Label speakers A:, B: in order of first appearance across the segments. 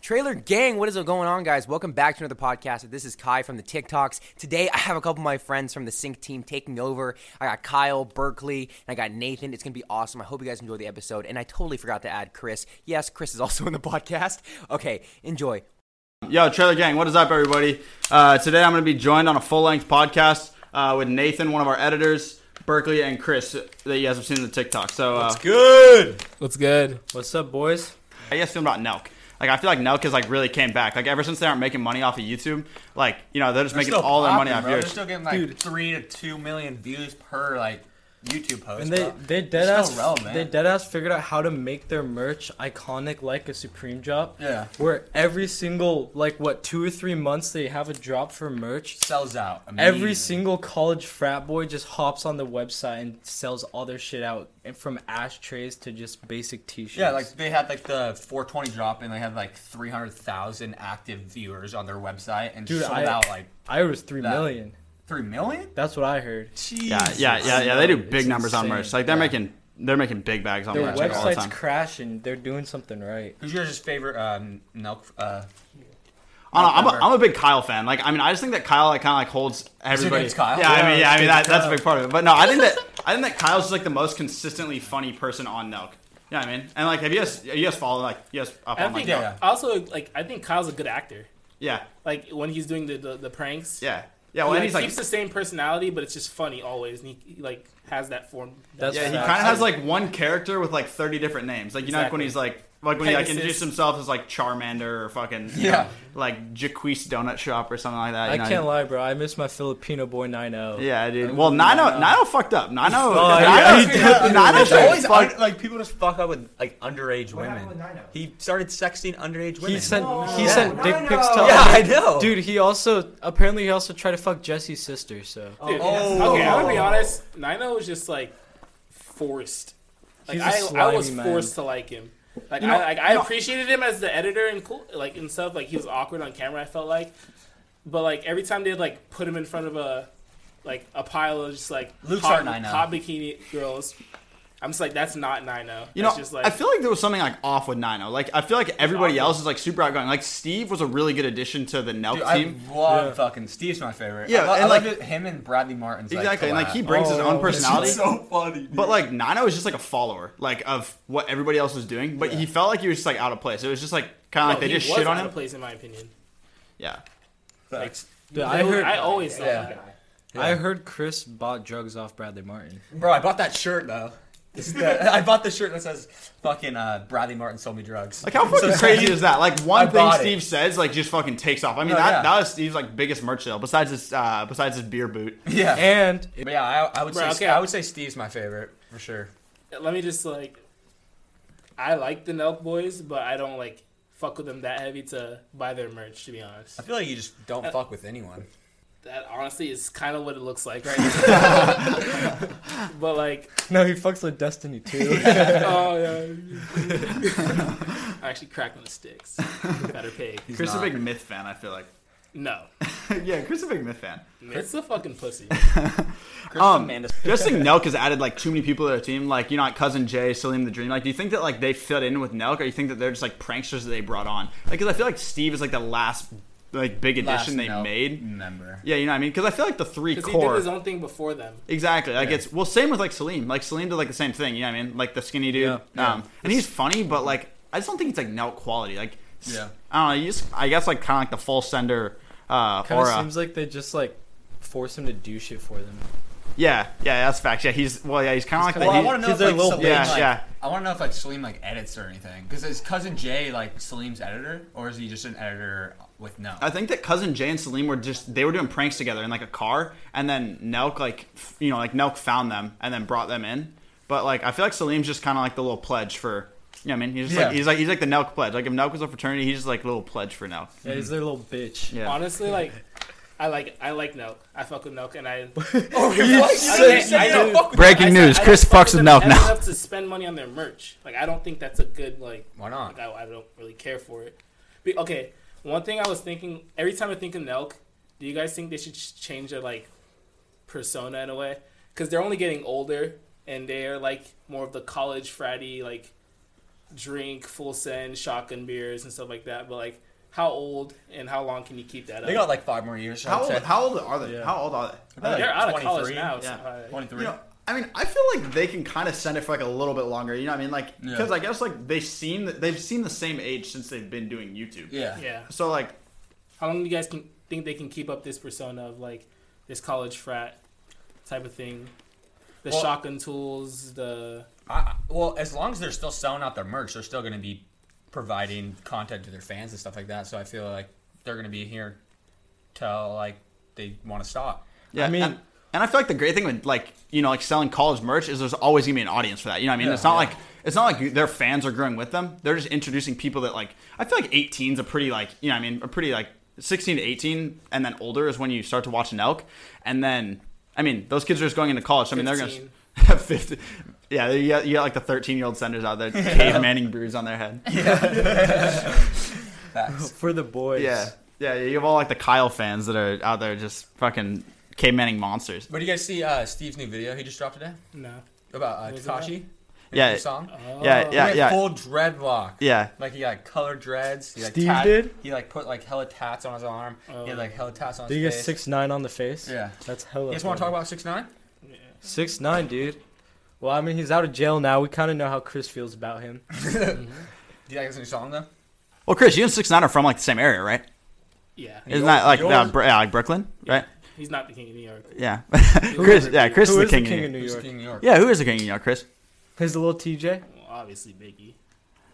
A: Trailer gang, what is going on, guys? Welcome back to another podcast. This is Kai from the TikToks. Today, I have a couple of my friends from the Sync team taking over. I got Kyle Berkeley and I got Nathan. It's gonna be awesome. I hope you guys enjoy the episode. And I totally forgot to add Chris. Yes, Chris is also in the podcast. Okay, enjoy.
B: Yo, Trailer Gang, what is up, everybody? Uh, today I'm going to be joined on a full length podcast uh, with Nathan, one of our editors, Berkeley, and Chris that you guys have seen in the TikTok. So, uh,
C: Good.
D: What's good?
C: What's up, boys?
B: how you guys feel about Nelk? Like, I feel like Nelk has like really came back. Like, ever since they aren't making money off of YouTube, like you know they're just making
C: still
B: all their money
C: popping,
B: off
C: bro.
B: yours.
C: They're still getting like three to two million views per like YouTube post.
D: And they
C: bro.
D: they dead
C: It's
D: ass
C: still relevant.
D: they dead ass figured out how to make their merch iconic like a Supreme drop.
C: Yeah.
D: Where every single like what two or three months they have a drop for merch.
C: sells out.
D: Every
C: immediately.
D: single college frat boy just hops on the website and sells all their shit out, and from ashtrays to just basic t-shirts.
C: yeah, like they had like the 420 drop and they had like 300,000 active viewers on their website and
D: Dude,
C: sold
D: I-
C: out like
D: I was three
C: that.
D: million.
C: three million.
D: That's what I heard.
B: Yeah, yeah, yeah, yeah. They do big
D: It's
B: numbers on
D: insane.
B: merch. Like they're making they're making big bags on
D: Their
B: merch like, all the
D: website's
B: time.
D: crashing. They're doing something right.
C: Who's your favorite um, Nelk? Uh,
B: I don't know, I'm,
C: November.
B: a, I'm a big Kyle fan. Like, I mean, I just think that Kyle like kind of like holds everybody.
C: name's Kyle?
B: Yeah, I mean, yeah, I mean
D: Dude,
B: that, that's a
D: Kyle.
B: big part of it. But no, I think that I think that Kyle's just like the most consistently funny person on Nelk. Yeah, I mean, and like, have you guys, you guys follow like, you guys up
E: I
B: on like,
E: think
B: Nelk?
C: yeah.
E: also like I think Kyle's a good actor.
B: yeah,
E: Like when he's doing the the, the pranks.
B: yeah, yeah. Well, and
E: he
B: he's
E: like,
B: like,
E: keeps the same personality, but it's just funny always, and he, he, like has that form.
D: That's
B: yeah, he
D: facts.
B: kind of has like one character with like 30 different names. Like, you know, like when he's like. Like when he like
E: Pegasus.
B: introduced himself as like Charmander or fucking you
C: Yeah.
B: know, like Jaquise Donut Shop or something like that.
D: I
B: you know?
D: can't lie, bro. I miss my Filipino boy oh. 9-0.
B: Yeah, dude. Well, Nino, Nino fucked up. Nino,
D: Oh, yeah, he
B: Nino, Nino's
C: It's always
B: fucked
C: un- like people just fuck up with like underage women.
A: happened with Nino?
C: He started sexting underage women.
D: He sent he
A: Yeah.
D: sent dick pics to
C: yeah, I know.
D: Dude, he also apparently he also tried to fuck Jesse's sister. So
E: Dude,
C: Oh.
E: Okay, I'm gonna be honest. Nino was just like forced. Like
D: He's a
E: I, I
D: slimy
E: was
D: man.
E: forced to like him. Like
B: know-
E: I, like, I appreciated him as the editor and cool, like and stuff. Like he was awkward on camera. I felt like, but like every time they'd like put him in front of a like a pile of just like
C: Luke's our
E: hot,
C: Nino.
E: hot bikini girls, I'm just like that's not Nino.
B: You know,
E: that's just like
B: I feel like there was something like off with Nino. Like I feel like everybody else is like super outgoing. Like Steve was a really good addition to the Nelk
C: Dude,
B: team.
C: I love
D: Yeah.
C: fucking Steve's my favorite.
B: Yeah,
C: I lo-
B: and
C: I
B: like-
C: love it- him and Bradley Martin's
B: exactly, and
C: Like,
B: like he brings his
D: Oh,
B: own
D: this
B: personality.
C: funny.
B: but like Nino was just like a follower, like of what everybody else was doing. But he felt like he was just like out of place. It was just like kind of like
E: No,
B: they
E: he
B: just
E: was
B: shit on
E: out
B: him.
E: Of place in my opinion.
B: Yeah,
E: Like,
D: Dude,
E: I,
D: I heard
E: I always thought
C: Yeah.
E: that guy.
D: I heard Chris bought drugs off Bradley Martin.
C: bro, I bought that shirt though. This is the, I bought the shirt that says "fucking uh, Bradley Martin sold me drugs."
B: like how fucking
C: So-
B: crazy is that? Like one
C: I
B: thing
C: bought it.
B: Steve says, like just fucking takes off. I mean,
C: No,
B: that,
C: yeah.
B: that was Steve's like biggest merch sale besides his uh, besides his beer boot.
C: Yeah,
D: And
C: but yeah, I, I would
E: Bro,
C: say
E: okay.
C: I would say Steve's my favorite for sure.
E: Let me just like, I like the Nelk boys, but I don't like fuck with them that heavy to buy their merch. To be honest,
C: I feel like you just don't fuck with anyone.
E: that honestly is kind of what it looks like right now. but like,
D: no, he fucks with Destiny too.
E: oh yeah, I actually cracked on the sticks. Better pay.
B: Chris is a
C: not.
B: big Myth fan. I feel like.
E: No,
B: yeah, Chris is a big Myth fan.
E: it's a fucking pussy.
B: Um, just think Nelk has added like too many people to their team, like you know, like cousin Jay, Salim the Dream. Like, do you think that like they fit in with Nelk, or you think that they're just like pranksters that they brought on? Like, because I feel like Steve is like the last like big addition they made.
C: Remember?
B: Yeah, you know what I mean? Because I feel like the three
E: Because he did
B: core.
E: his own thing before them.
B: Exactly. Like it's well, same with like Salim. Like Salim did like the same thing. You know what I mean? Like the skinny dude.
D: Yeah.
B: Um, and he's funny, but like I just don't think it's like Nelk quality. Like s-
C: Yeah.
B: I don't know. You just I guess like kind of like the full sender uh,
D: kind of
B: aura.
D: seems like they just like force him to do shit for them.
B: yeah, yeah, that's facts. Yeah, he's well, yeah, he's kind of like
C: Well,
B: the,
C: I
B: he-
C: want to know
D: he's
C: if
D: their
C: like,
D: little
C: Salim,
B: bitch.
C: like,
B: Yeah.
C: I want to know if like Salim like edits or anything. Because is cousin Jay like Salim's editor, or is he just an editor with no?
B: I think that cousin Jay and Salim were just they were doing pranks together in like a car, and then Nelk like f- you know like Nelk found them and then brought them in. But like I feel like Salim's just kind of like the little pledge for. You know what I mean, he's just like
C: Yeah.
B: he's like he's like the Nelk pledge. Like if Nelk was a fraternity, he's just like a little pledge for Nelk.
D: Yeah, he's their little bitch.
B: Yeah.
E: Honestly, like, I like I like Nelk. I fuck with Nelk, and I
C: oh, you
E: said- I don't
C: fuck with
B: Breaking
E: I-
B: news:
E: I
B: Chris
E: don't fuck
B: fucks with
E: them
B: Nelk
E: heavy
B: now.
E: Enough to spend money on their merch. Like I don't think that's a good like.
C: Why not?
E: Like, I, I don't really care for it. Be, okay, one thing I was thinking every time I think of Nelk, do you guys think they should ch- change their like persona in a way? Because they're only getting older and they're like more of the college fratty like drink full send shotgun beers and stuff like that. But like, how old and how long can you keep that
C: They
E: up?
C: got like five more years.
B: How
C: I'd
B: old,
C: say.
B: how old are they?
D: Yeah.
B: How old are they?
E: They're out of
C: 23,
E: college now. so,
B: yeah.
E: uh,
C: 23.
B: You know, I mean, I feel like they can kind of send it for like a little bit longer. You know what I mean? Like,
C: Yeah.
B: because I guess like they seem they've seen the same age since they've been doing YouTube.
C: yeah.
E: uh, yeah.
B: So like,
E: How long do you guys can, think they can keep up this persona of like this college frat type of thing? The
C: Well-
E: shotgun tools, the
C: I, I- well, as long as they're still selling out their merch, they're still going to be providing content to their fans and stuff like that. So I feel like they're going to be here till like they want to stop.
B: yeah,
D: I mean-
B: and, and I feel like the great thing with like you know like selling college merch is there's always gonna be an audience for that. You know what I mean?
C: Yeah,
B: it's not
C: yeah.
B: like it's not like their fans are growing with them. They're just introducing people that like I feel like 18's a pretty like you know what I mean a pretty like 16 to 18 and then older is when you start to watch an elk and then I mean those kids are just going into college. So, I mean they're gonna.
E: 15.
B: 50. Yeah, you got, you got like the 13 year old senders out there, cave manning brews on their head.
C: Facts.
D: for the boys.
B: Yeah. Yeah, you have all like the Kyle fans that are out there just fucking cave manning monsters.
C: But do you guys see uh, Steve's new video he just dropped today
E: no.
C: about uh,
E: What was it about?
C: Takashi?
B: Yeah.
C: His song.
B: Yeah,
E: Oh.
C: He
B: yeah,
C: went
B: yeah.
C: Full dreadlock.
B: yeah.
C: Like he got colored dreads. He, like,
D: Steve
C: tat-
D: did?
C: He like put like hella tats on his arm. He had
E: Oh.
C: like hella tats on
D: Did you
C: his
D: get
C: face.
D: six nine on the face?
C: Yeah.
D: That's hella.
C: You guys want to talk about six nine?
E: Yeah.
D: six nine, dude? Well, I mean, he's out of jail now. We kind of know how Chris feels about him.
C: Do you like his new song though?
B: Well, Chris, you and Six Nine are from like the same area, right?
E: Yeah.
B: Isn't that like uh,
C: yours-
B: Br- yeah, like Brooklyn, right?
E: He's not the king of New York.
B: Yeah. Chris, yeah, Chris is
D: Who
B: the
D: is
B: king, of New York.
D: New
C: Who's
D: York?
C: King New York.
B: Yeah, who is the king of New York, Chris?
D: His little TJ.
E: Well, obviously, Biggie.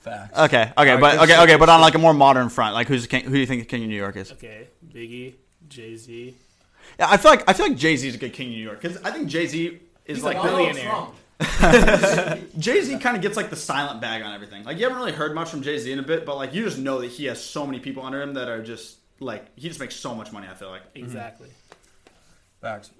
C: Facts.
B: Okay, okay,
D: right,
B: but
D: good
B: okay,
D: shit,
B: okay,
D: good
B: but on like a more modern front, like who's the king, who do you think the king of New York is?
E: Okay, Biggie, Jay Z.
B: Yeah, I feel like I feel like Jay Z is a good king of New York because I think Jay Z is
E: He's
B: like
E: like
B: the-
E: billionaire.
B: Jay Z kind of gets like the silent bag on everything. Like you haven't really heard much from Jay Z in a bit, but like you just know that he has so many people under him that are just like he just makes so much money. I feel like.
E: Exactly.
C: Facts.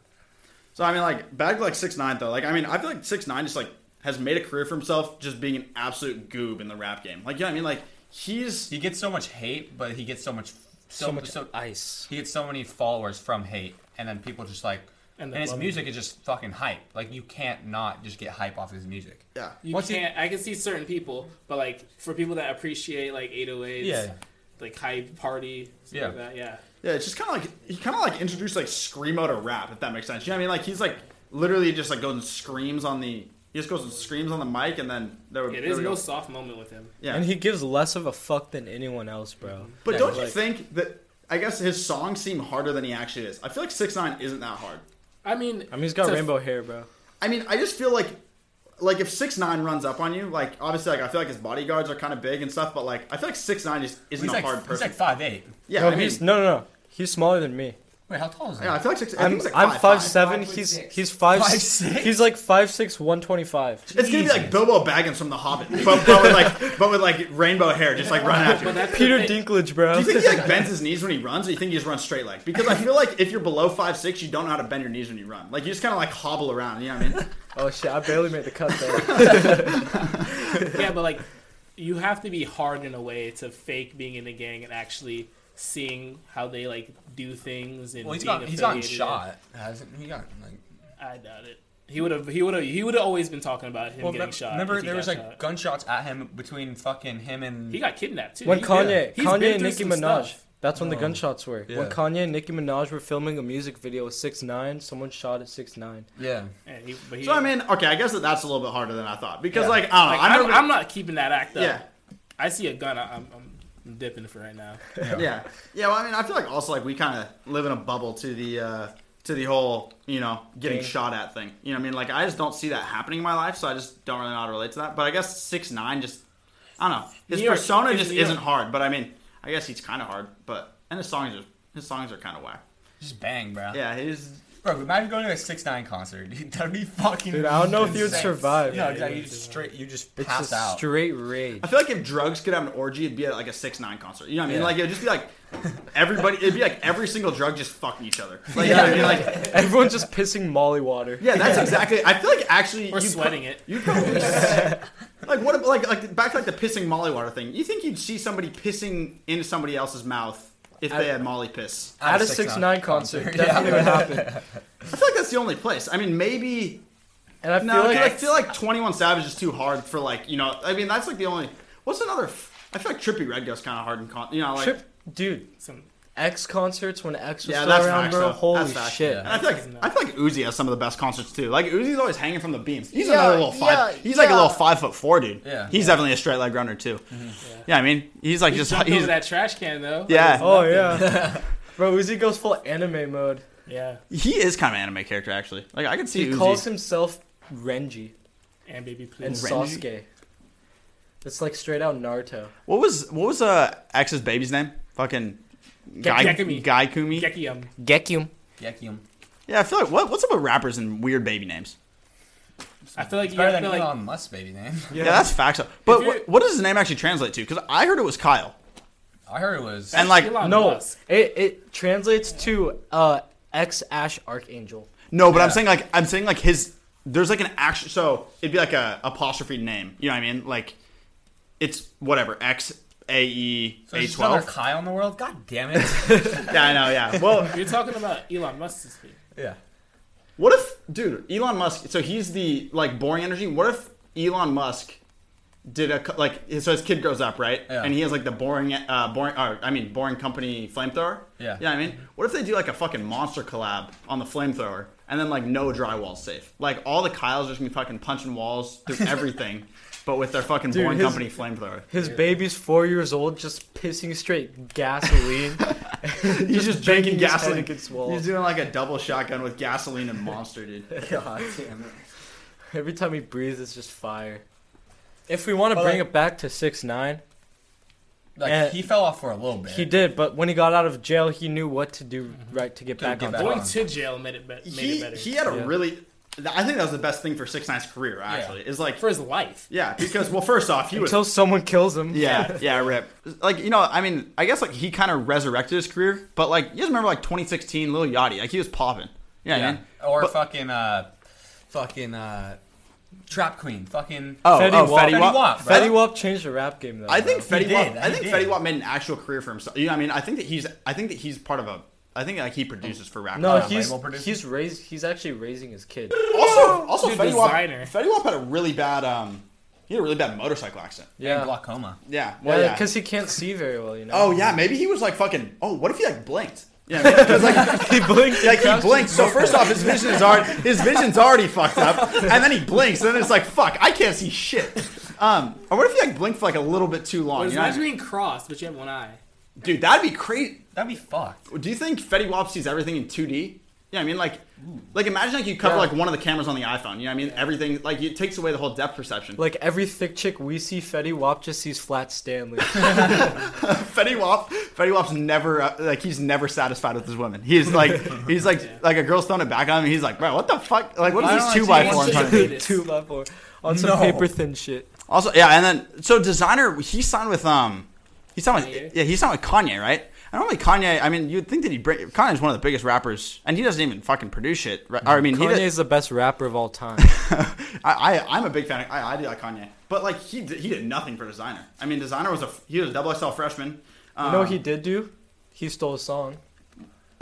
B: So I mean, like back to like six nine though. Like I mean, I feel like six nine just like has made a career for himself just being an absolute goob in the rap game. Like you know what I mean? Like he's
C: He gets so much hate, but he gets so much, so,
D: So much
C: so-
D: ice.
C: he gets so many followers from hate, and then people just like,
E: And
C: and,
E: they
C: his
E: love
C: music is just fucking hype. Like you can't not just get hype off his music.
B: yeah.
E: You
C: What's he-
E: can't. I can see certain people, but like for people that appreciate like 808s,
C: Yeah.
E: like hype party, stuff
C: Yeah.
E: like that. Yeah.
B: Yeah, it's just kind of like he kind of like introduced like screamo to rap, if that makes sense. You know what I mean? Like he's like literally just like goes and screams on the he just goes and screams on the mic, and then there would
E: Yeah,
B: there
E: there's
B: we
E: no
B: go.
E: soft moment with him.
B: yeah.
D: And he gives less of a fuck than anyone else, bro.
B: but
C: Yeah,
B: don't you
D: like-
B: think that? I guess his songs seem harder than he actually is. I feel like six nine isn't that hard.
E: I mean,
D: I mean, he's got
E: to-
D: rainbow hair, bro.
B: I mean, I just feel like like if six nine runs up on you, like obviously like I feel like his bodyguards are kind of big and stuff, but like I feel like six nine is isn't
C: He's
B: a
C: like,
B: hard
C: he's
B: person.
C: like five eight.
B: yeah,
D: no,
B: I mean,
D: he's, no, no, no. He's smaller than me.
C: Wait, how tall is he?
B: yeah, I feel like six. I
D: I'm,
B: think he's like
D: I'm
B: five,
D: five
B: five.
D: seven.
F: foot
D: he's
F: six.
D: he's five,
C: Five
D: s-
C: six?
D: He's like five six, one twenty five.
B: It's gonna be like Bilbo Baggins from The Hobbit, but, but with like but with like rainbow hair, just like running after.
E: but
B: you.
E: that's the
D: Peter
E: thing.
D: Dinklage, bro.
B: Do you think he like bends his knees when he runs, or you think he just runs straight leg? Because I feel like if you're below five six, you don't know how to bend your knees when you run. Like you just kind of like hobble around. You know what I mean?
D: oh shit, I barely made the cut there.
E: Yeah, but like, you have to be hard in a way to fake being in a gang and actually seeing how they like do things and
C: well, he's
E: being
C: gotten he's gotten
E: affiliated.
C: shot, hasn't he? Got like.
E: I doubt it. He would have. He would have. He would have always been talking about him
C: Well,
E: getting
C: remember,
E: shot.
C: remember
E: if he
C: there
E: got
C: was like
E: shot.
C: gunshots at him between fucking him and
E: he got kidnapped too.
D: when
E: He-
D: Kanye,
E: he's been
D: Kanye and
E: through
D: Nicki
E: some
D: Minaj.
E: stuff.
D: That's when the
C: Oh.
D: gunshots were. When
C: Yeah.
D: Kanye and Nicki Minaj were filming a music video with six nine, someone shot at six nine.
C: yeah.
E: And he, but he,
B: So I mean, okay, I guess that that's a little bit harder than I thought because
C: Yeah.
B: like I don't know.
E: like,
B: I
E: I'm,
B: remember-
E: I'm not keeping that act up.
B: yeah.
E: I see a gun. I, I'm, I'm dipping for right now.
B: yeah yeah well, i mean i feel like also like we kind of live in a bubble to the uh to the whole you know getting
D: Thing.
B: shot at thing you know what i mean like i just don't see that happening in my life so i just don't really know how to relate to that but i guess six nine just i don't know his
E: New York-
B: persona
E: it's
B: just
E: New York.
B: isn't hard but i mean i guess he's kind of hard but and his songs are his songs are kind of whack
C: Just bang, bro.
B: yeah he's
C: Bro, imagine going to a six nine concert. That'd be fucking.
D: Dude, I don't know if
C: insane.
D: you'd survive.
C: No,
E: Yeah,
C: exactly.
E: you
C: You just straight. You just
D: It's
C: pass
D: just
C: out.
D: straight rage.
B: I feel like if drugs could have an orgy, it'd be at like a six nine concert. You know what I mean?
C: Yeah.
B: Like it'd just be like everybody. It'd be like every single drug just fucking each other. Like, you know what I mean? like
D: Everyone's just pissing molly water.
B: Yeah, that's exactly. I feel like actually,
E: Or
B: you'd
E: sweating it.
B: You'd probably see- like what? Like like back to like the pissing Molly water thing. You think you'd see somebody pissing into somebody else's mouth if they had Molly piss?
C: At
D: At
C: a
D: a six
C: 6ix9ine
D: nine concert,
C: concert,
D: definitely
C: yeah.
D: would happen.
B: I feel like that's the only place. I mean, maybe
D: And I feel
B: no. 'cause
D: like
B: I feel like Twenty One Savage is too hard for like you know. I mean, that's like the only. What's another? F- I feel like Trippy Red goes kind of hard and con- you know like
D: Trip, dude.
E: Some
D: X concerts when X was
B: Yeah,
D: still
B: that's
D: around,
B: facts,
D: bro.
B: though.
D: Holy
B: That's facts.
D: shit.
B: And I feel like I feel like Uzi has some of the best concerts too. Like Uzi's always hanging from the beams. He's
D: Yeah,
B: another little five.
D: yeah,
B: he's like a
D: yeah.
B: little five foot four dude.
C: Yeah.
B: he's definitely a straight leg runner too.
D: Mm-hmm.
B: Yeah. I mean he's like
E: he
B: just
E: jumped
B: he's
E: over that trash can though. Like,
B: Yeah.
E: it's
D: Oh
E: nothing.
D: yeah, bro. Uzi goes full anime mode.
E: yeah.
B: he is kind of an anime character actually. Like I could see
D: He
B: Uzi.
D: calls himself Renji
E: And baby,
D: and
E: please.
B: Renji?
D: Sasuke. It's like straight out Naruto.
B: what was what was uh X's baby's name? Fucking Guy
E: Gekumi.
B: Guy Kumi.
E: Gekium.
D: Gekium.
C: Gekium.
B: yeah, I feel like what what's up with rappers and weird baby names?
E: I feel like
C: It's
E: you
C: better
E: gotta
C: than
E: feel like
C: Elon Musk's baby name.
B: Yeah, that's facts. But
E: If you-
B: what, what does his name actually translate to? Because I heard it was Kyle.
C: I heard it was.
B: And like
E: Elon
D: No,
E: Musk.
D: it, it translates to uh, X Ash Archangel.
B: No, but I'm
C: Yeah.
B: saying like I'm saying like his there's like an action so it'd be like a apostrophe name. You know what I mean? Like it's whatever X A E
C: so
B: A
C: there's just another
B: twelve.
C: Kyle in the world. God damn it.
B: Yeah, I know. Yeah. Well,
E: You're talking about Elon Musk's thing.
C: yeah.
B: what if dude Elon Musk? So he's the like boring energy. What if Elon Musk did a co- like so his kid grows up right
C: Yeah.
B: and he has like the boring uh boring or I mean boring company flamethrower.
C: Yeah.
B: Yeah, I mean, what if they do like a fucking monster collab on the flamethrower? And then like no drywall safe. Like all the Kyles are just gonna be fucking punching walls through everything, but with their fucking
D: Dude,
B: boring
D: his-
B: company flamethrower.
D: His baby's four years old, just pissing straight gasoline.
B: He's just drinking
D: banging his head
B: gasoline.
D: against walls.
B: He's doing like a double shotgun with gasoline and monster, dude.
C: God damn it.
D: Every time he breathes, it's just fire. If we want to
C: But,
D: bring
C: like-
D: it back to six nine,
C: Like
D: Eh.
C: he fell off for a little bit.
D: he did. But when he got out of jail, he knew what to do
B: Mm-hmm.
D: right to get
C: To
D: back
C: get
D: on
C: back
D: top.
E: Going
C: on.
E: to jail made it, be- made
B: He
E: it better.
B: he had a
D: Yeah.
B: really. I think that was the best thing for Six Nine's career. Actually, is like
E: for his life.
B: yeah because well first off he was
D: Until someone kills him.
B: Yeah, yeah, rip. Like you know, I mean, I guess like he kind of resurrected his career, but like you guys remember like 2016, Lil Yachty, like he was popping. Yeah,
C: Yeah.
B: man.
C: Or
B: But-
C: fucking uh, fucking uh, trap queen. Fucking.
B: oh,
D: Fetty
B: oh,
D: Wap.
B: Fetty Wap.
C: Fetty Wap, bro.
D: Fetty Wap changed the rap game though.
B: I think
C: He
B: Fetty
C: did,
B: Wap. I
C: he
B: think
C: did.
B: Fetty Wap made an actual career for himself. You know, what I mean, I think that he's, I think that he's part of a. I think like he produces for rappers.
D: No,
C: Uh,
D: he's
C: label producer?
D: he's raised. He's actually raising his kid.
B: also, also
E: Dude,
B: Fetty Wap.
E: designer.
B: Fetty Wap had a really bad. Um, he had a really bad motorcycle accident.
C: And
D: Yeah,
C: glaucoma.
B: Yeah. Well, yeah.
D: because he can't see very well. You know.
B: oh yeah, maybe he was like fucking. Oh, what if he like blinked? Yeah, because like
D: he blinked.
B: like he blinks. So first off, his vision is already his vision's already fucked up, and then he blinks, and then it's like fuck, I can't see shit. Um, or what if you like blink for like a little bit too
E: Well,
B: long?
E: his
B: you know what
E: legs
B: I mean?
E: being crossed, but you have one eye.
B: Dude, that'd be crazy.
C: That'd be fucked.
B: Do you think Fetty Wap sees everything in 2D? Yeah, I mean like, like imagine like you cover
D: Yeah.
B: like one of the cameras on the iPhone. You know what I mean? Everything like it takes away the whole depth perception.
D: Like every thick chick we see, Fetty Wap just sees flat Stanley.
B: Fetty Wap, Fetty Wap's never uh, like he's never satisfied with his women. He's like he's like like a girl's throwing it back on him. He's like, bro, what the fuck? Like what
C: I
B: is
C: don't
B: this two by
C: like
B: four?
C: seeing
B: in
E: one
B: front of
E: chick-
B: me?
E: It is.
D: Two level on some
C: No.
D: paper thin shit.
B: Also, yeah, and then so designer he signed with um he signed with
E: Kanye?
B: yeah he signed with Kanye right. And normally Kanye, I mean, you'd think that he'd bring Kanye's one of the biggest rappers, and he doesn't even fucking produce shit. Right? Or, I mean, he
D: Kanye's the best rapper of all time.
B: did, I, I I'm a big fan. Of, I I do like Kanye, but like he did, he did nothing for designer. I mean, designer was a he was a double XL freshman. Um,
D: you know what he did do? He stole a song.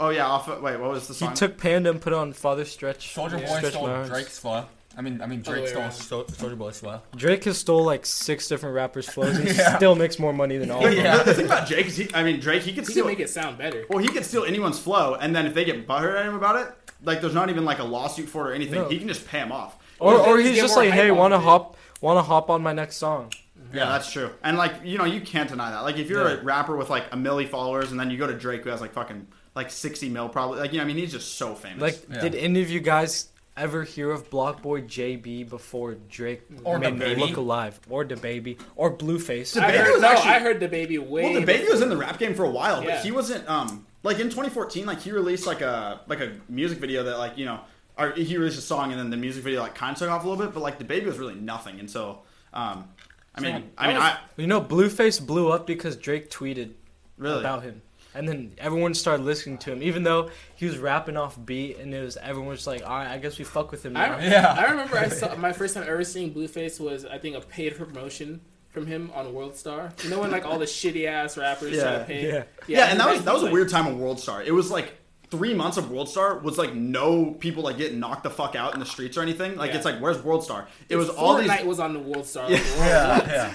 B: Oh yeah, off of, wait, what was the
D: He
B: song?
D: took Panda and put on Father Stretch.
C: Soldier
D: Yeah.
C: Boy
D: Stretch My
C: stole
D: Arms.
C: Drake's flow. I mean, I mean
E: Other
C: Drake
E: way
C: stole
E: around.
C: so- Soldier Boy's flow.
D: Drake has stole like six different rappers' flows. He
C: Yeah.
D: still makes more money than all
B: But
D: of them.
C: Yeah.
B: the, the thing about Drake is, he, I mean, Drake he could
E: He
B: steal
E: can make it sound better.
B: Well, he could steal anyone's flow, and then if they get butthurt at him about it, like there's not even like a lawsuit for it or anything.
D: No. Oh.
B: He can just pay him off.
D: Or,
E: Well,
D: or
E: then
D: he's
E: get
D: just
E: more
D: like,
E: hype
D: hey,
E: off
D: wanna
E: of it."
D: hop, wanna hop on my next song?
B: Yeah, that's true. And like you know, you can't deny that. Like if you're
D: Yeah.
B: a rapper with like a milli followers, and then you go to Drake who has like fucking like sixty mil probably. Like you know, I mean, he's just so famous.
D: Like,
C: Yeah.
D: did any of you guys ever hear of Block Boy JB before Drake
C: Or
D: made me
C: DaBaby.
D: look alive, or the baby, or Blueface?
E: I
B: baby
E: heard,
B: was
E: no,
B: actually-
E: I heard the baby way.
B: well, the baby was in the rap game for a while,
E: Yeah.
B: but he wasn't. Um, like in 2014, like he released like a like a music video that like you know, or he released a song, and then the music video like kind of took off a little bit. But like the baby was really nothing, and so. Um, I mean, I mean,
E: that was-
B: I
D: You know, Blueface blew up because Drake tweeted
B: really
D: about him. And then everyone started listening to him, even though he was rapping off beat, and it was everyone was like, "All right, I guess we fuck with him."
E: I,
D: Now.
E: rem-
C: Yeah.
E: I remember I saw my first time ever seeing Blueface was I think a paid promotion from him on World Star. You know when like all the shitty ass rappers try
B: Yeah,
E: to pay.
D: yeah.
B: Yeah, and that
E: he-
B: was that was a
E: like-
B: weird time of World Star. It was like three months of World Star was like no people like getting knocked the fuck out in the streets or anything. Like
E: Yeah.
B: it's like where's World Star? It was
E: Fortnite
B: all these.
E: was on the World Star.
B: Yeah.
E: Like,
C: Yeah, yeah.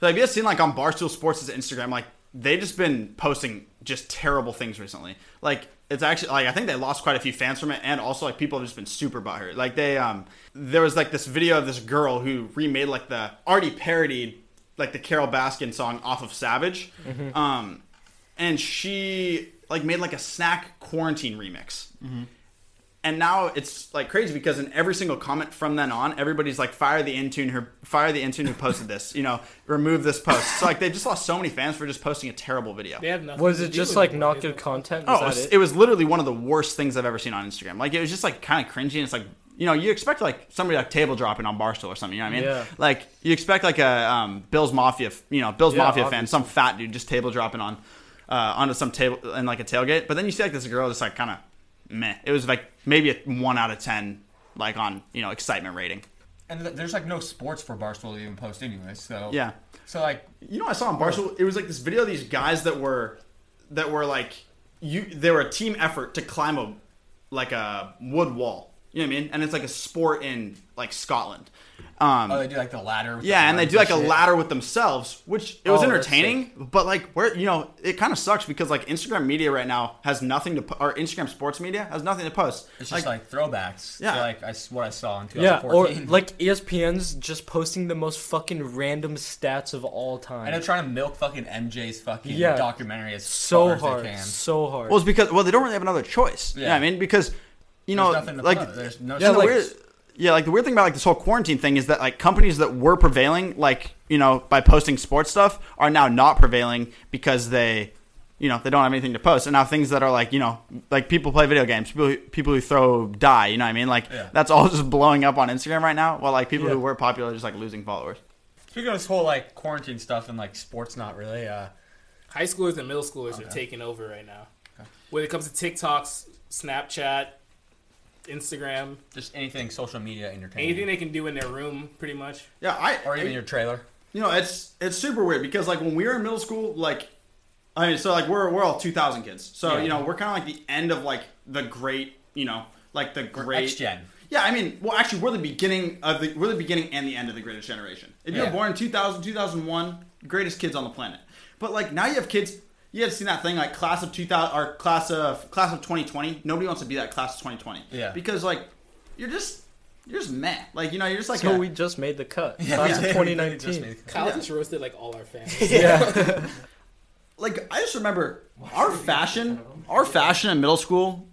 B: Like, you guys seen like on Barstool Sports' Instagram, like they've just been posting just terrible things recently. Like it's actually like I think they lost quite a few fans from it, and also like people have just been super butthurt. Like they um, there was like this video of this girl who remade like the already parodied like the Carol Baskin song off of Savage, um, and she like made like a snack quarantine remix. And now it's like crazy because in every single comment from then on, everybody's like, "Fire the Intune, her, fire the Intune who posted this." You know, remove this post. So like they just lost so many fans for just posting a terrible video.
E: They have nothing.
D: Was
E: to
D: it
E: do
D: just
E: with
D: like
E: what
D: not
E: they
D: good
E: do.
D: content?
B: Oh, it
D: Was that
B: was,
D: it?
B: it was literally one of the worst things I've ever seen on Instagram. Like it was just like kind of cringy. And it's like you know you expect like somebody like table dropping on Barstool or something. You know what I mean?
D: Yeah.
B: Like you expect like a um, Bills Mafia, f- you know Bills
D: Yeah,
B: Mafia fan, some fat dude just table dropping on uh, onto some table and like a tailgate. But then you see like this girl just like kind of meh. It was like maybe a one out of ten like on you know excitement rating.
C: And th- there's like no sports for Barstool to even post anyway. So
B: Yeah.
C: So like
B: You know, what I saw on Barstool. It was like this video of these guys that were that were like you. They were a team effort to climb a like a wood wall. You know what I mean? And it's like a sport in like Scotland. Um,
C: oh they do like the ladder. with
B: yeah,
C: the
B: and they
C: arms
B: do like a
C: shit.
B: ladder with themselves, which it was
D: Oh, that's
B: entertaining. But like, where you know, it kind of sucks because like Instagram media right now has nothing to, po- or Instagram sports media has nothing to post.
C: It's just like, throwbacks. Yeah.
B: Yeah.
C: To, like I s what I saw in
D: Yeah, or
C: 2014.
D: like E ESPN's just posting the most fucking random stats of all time.
C: and they're trying to milk fucking MJ's fucking
D: Yeah.
C: documentary as
D: so
C: far as they
D: hard,
C: can.
D: so hard.
B: well, it's because well, they don't really have another choice. Yeah,
C: Yeah.
B: I mean, because you know,
C: There's nothing to
B: like
C: promote. There's no
D: Yeah,
B: And the
D: like-
B: weird, yeah, like the weird thing about like this whole quarantine thing is that like companies that were prevailing, like you know, by posting sports stuff, are now not prevailing because they, you know, they don't have anything to post. And now things that are like you know, like people play video games, people who, people who throw die, you know what I mean? Like
C: Yeah.
B: that's all just blowing up on Instagram right now. While like people
D: Yeah.
B: who were popular are just like losing followers.
C: Speaking of this whole like quarantine stuff and like sports not really, uh
E: High schoolers and middle schoolers are taking over right now. When it comes to TikToks, Snapchat, Instagram,
C: just anything social media entertainment.
E: anything they can do in their room, pretty much.
B: Yeah, I
C: or even your trailer.
B: you know it's it's super weird because like when we were in middle school like i mean so like we're we're all 2000 kids so
C: Yeah.
B: you know we're kind of like the end of like the great you know like the great
C: X-gen.
B: yeah i mean well actually we're the beginning of the we're the beginning and the end of the greatest generation if you
C: Yeah.
B: were born in 2000 2001 greatest kids on the planet but like now you have kids you guys seen that thing like class of 2000 or class of class of 2020 nobody wants to be that class of 2020
C: Yeah.
B: because like you're just you're just meh like you know you're just like
D: so
B: a-
D: we just made the cut.
C: Yeah,
D: Class
C: we
D: of
C: did. We did just
D: 2019.
C: make the-
E: Kyle just roasted like all our fans.
D: Yeah,
B: like I just remember our fashion, our fashion in middle school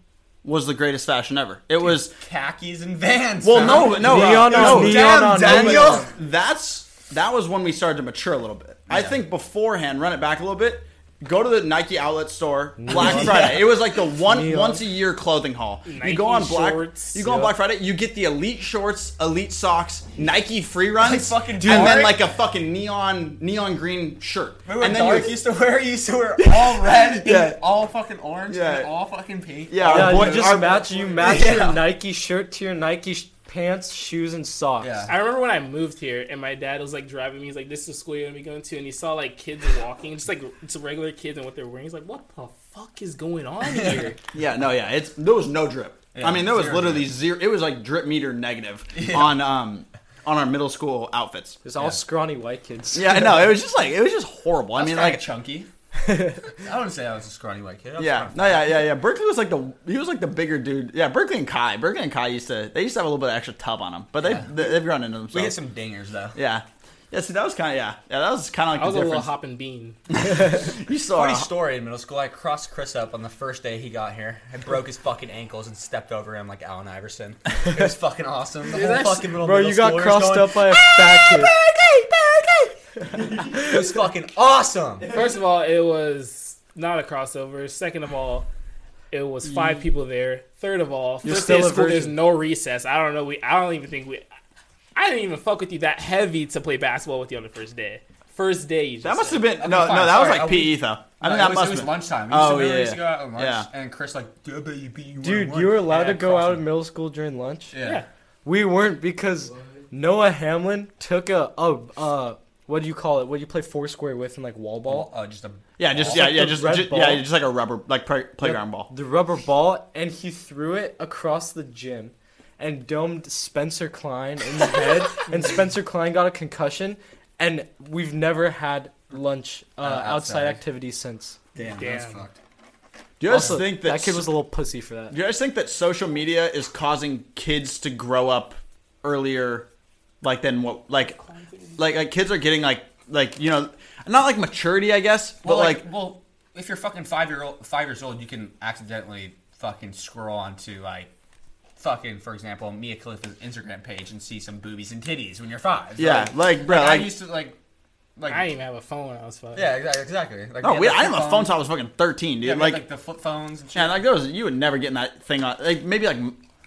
B: was the greatest fashion ever. It was
C: Khakis and Vans.
B: well,
C: man.
B: no, no,
D: Neon
B: uh,
D: on
B: no,
D: neon
B: damn,
D: on
B: Daniel.
D: neon.
B: That's that was when we started to mature a little bit. I
C: Yeah.
B: think beforehand, run it back a little bit. Go to the Nike outlet store Black Friday. It was like the one
D: Neon.
B: once a year clothing haul. you
E: Nike
B: go on Black,
E: shorts.
B: you go on
D: Yeah.
B: Black Friday. You get the elite shorts, elite socks, Nike free runs,
C: Like fucking
B: and then
C: Dark.
B: like a fucking neon neon green shirt.
C: Remember when
B: and then you-
C: Dark used to wear? He used to wear all red, and
B: Yeah.
C: all fucking orange,
B: Yeah.
C: and all fucking pink.
B: Yeah,
D: yeah.
B: our boy,
D: you just
B: our-
D: match. You match
B: Yeah.
D: your Nike shirt to your Nike sh- pants, shoes, and socks.
C: Yeah.
E: I remember when I moved here and my dad was like driving me. He's like, "This is the school you're gonna be going to," and he saw like kids walking, just like just regular kids and what they're wearing. He's like, "What the fuck is going on here?"
B: Yeah, no, yeah. It's there was no drip.
C: Yeah,
B: I mean, there was
C: zero
B: literally
C: drip.
B: zero. It was like drip meter negative on um on our middle school outfits.
D: It's all scrawny white kids.
B: Yeah, no, it was just like it was just horrible. I
C: I
B: mean,
C: mean,
B: like
C: like chunky. I wouldn't say I was a scrawny white kid. I was
B: yeah,
C: kinda-
B: no, yeah, yeah, yeah. Berkeley was like the he was like the bigger dude. Yeah, Berkeley and Kai, Berkeley and Kai used to they used to have a little bit of extra tub on them, but they
C: Yeah.
B: they, they've grown into
C: we had
B: themselves.
C: some dingers though.
B: yeah. Yeah, see, that was kind of yeah, yeah. That was kind of like
E: I was
B: the
E: a little
B: difference.
E: hopping bean.
B: You saw,
C: Funny story in middle school. I crossed Chris up on the first day he got here. I broke his fucking ankles and stepped over him like Allen Iverson. It was fucking awesome. The whole
E: that's-
C: fucking little
D: Bro,
C: middle
D: you got
C: schooler's
D: crossed
C: going,
D: up by a fat kid.
C: It was fucking awesome.
E: First of all, it was not a crossover. Second of all, it was five people there. Third of all, first day
D: still
E: of
D: a
E: school, there's
D: virgin.
E: no recess. I don't know. We I don't even think we. I didn't even fuck with you that heavy to play basketball with you on the first day. First day, you just
B: that must
E: said.
B: have been no, no.
C: fine,
B: That was
C: sorry,
B: like
C: are we-
B: PE though. I think
C: No, it
B: that must
C: was, it was
B: have been-
C: lunchtime. We used
B: Oh
C: to, we
B: yeah,
C: used to go
B: yeah.
C: out at lunch,
B: Yeah.
C: and Chris like, "Dude, I bet you beat you
D: Dude,
C: one-on-one."
D: you were allowed
C: And I
D: to go
C: crossed
D: out in
C: him.
D: middle school during lunch.
C: Yeah.
D: We weren't because Noah Hamlin took a oh uh what do you call it? What do you play foursquare with in like wall ball?
C: Oh, just a
B: Yeah, just
D: Ball.
B: yeah,
D: Like
B: yeah,
D: the
B: just,
D: red
B: ju-
D: ball.
B: yeah, just like a rubber like play, playground ball.
D: The rubber ball, and he threw it across the gym, and domed Spencer Klein in the head, and Spencer Klein got a concussion. and we've never had lunch uh, outside.
C: outside.
D: activities since.
C: Damn,
E: Damn.
C: that's fucked.
B: Do you guys
D: Also,
B: think that,
D: that kid was a little pussy for that.
B: Do you guys think that social media is causing kids to grow up earlier, like than what like like like kids are getting like like you know not like maturity I guess but
C: Well,
B: like,
C: like, well, if you're fucking five year old, five years old, you can accidentally fucking scroll onto like. Fucking, for example, Mia Khalifa's Instagram page and see some boobies and titties when you're five.
B: yeah
C: like,
B: like bro
C: like,
B: like,
C: I used to like, like
E: I didn't even have a phone when I was fucking.
C: yeah, exactly, exactly. Like,
B: oh
C: we
B: wait, I
C: had, like,
B: didn't have a phone
C: phones.
B: till I was fucking thirteen dude
C: Yeah, we had,
B: like,
C: like the flip phones and shit.
B: yeah like there was you would never get that thing on like maybe like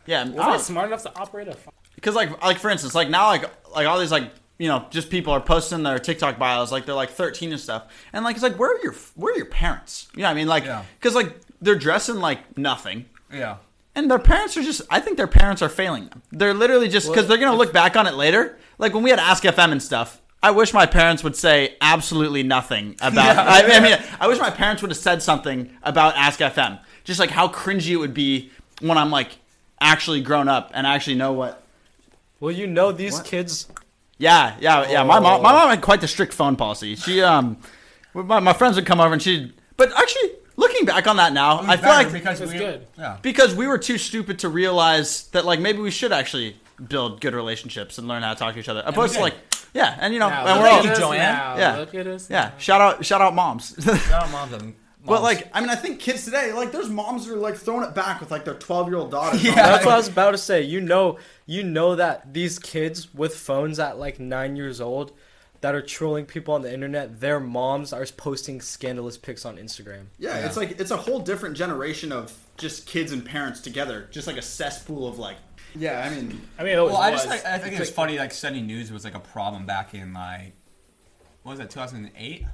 B: yeah
E: Was I smart enough to operate a phone?
B: because like like for instance like now like like all these like you know just people are posting their TikTok bios like they're like 13 and stuff and like it's like where are your where are your parents you know what I mean like
C: Yeah.
B: because like they're dressing like nothing
C: yeah,
B: and their parents are just I think their parents are failing them they're literally just because they're gonna look back on it later like when we had Ask FM and stuff. I wish my parents would say absolutely nothing about. I, I mean, I wish my parents would have said something about Ask FM, just like how cringy it would be when I'm like actually grown up and actually know what
D: Well, you know these kids.
B: yeah, yeah, yeah. My mom,
D: Oh.
B: my mom had quite the strict phone policy. She, um, my, my friends would come over and she. But actually, looking back on that now, I feel like
C: because
E: It's
C: we,
E: good.
C: Yeah,
B: because we were too stupid to realize that like maybe we should actually build good relationships and learn how to talk to each other. Opposed to
C: did.
B: like, yeah, and you know,
E: Now,
B: and
E: look
B: we're
E: at
B: all
E: us
C: Joanne.
E: now,
B: Yeah.
E: Look at us.
B: yeah. Shout out, shout out, moms.
C: Shout out moms and moms.
B: But like, I mean, I think kids today, like, there's moms who are like throwing it back with like their 12 year old daughter.
C: Yeah.
D: That's what I was about to say. You know, you know that these kids with phones at like nine years old, that are trolling people on the internet. Their moms are posting scandalous pics on Instagram.
B: Yeah, it's like it's a whole different generation of just kids and parents together, just like a cesspool of like. Yeah, I mean,
E: I mean, it always
C: Well, I
E: was.
C: just like, I think
E: It's
C: it's
E: like-
C: funny like sending news was like a problem back in like what was that 2008?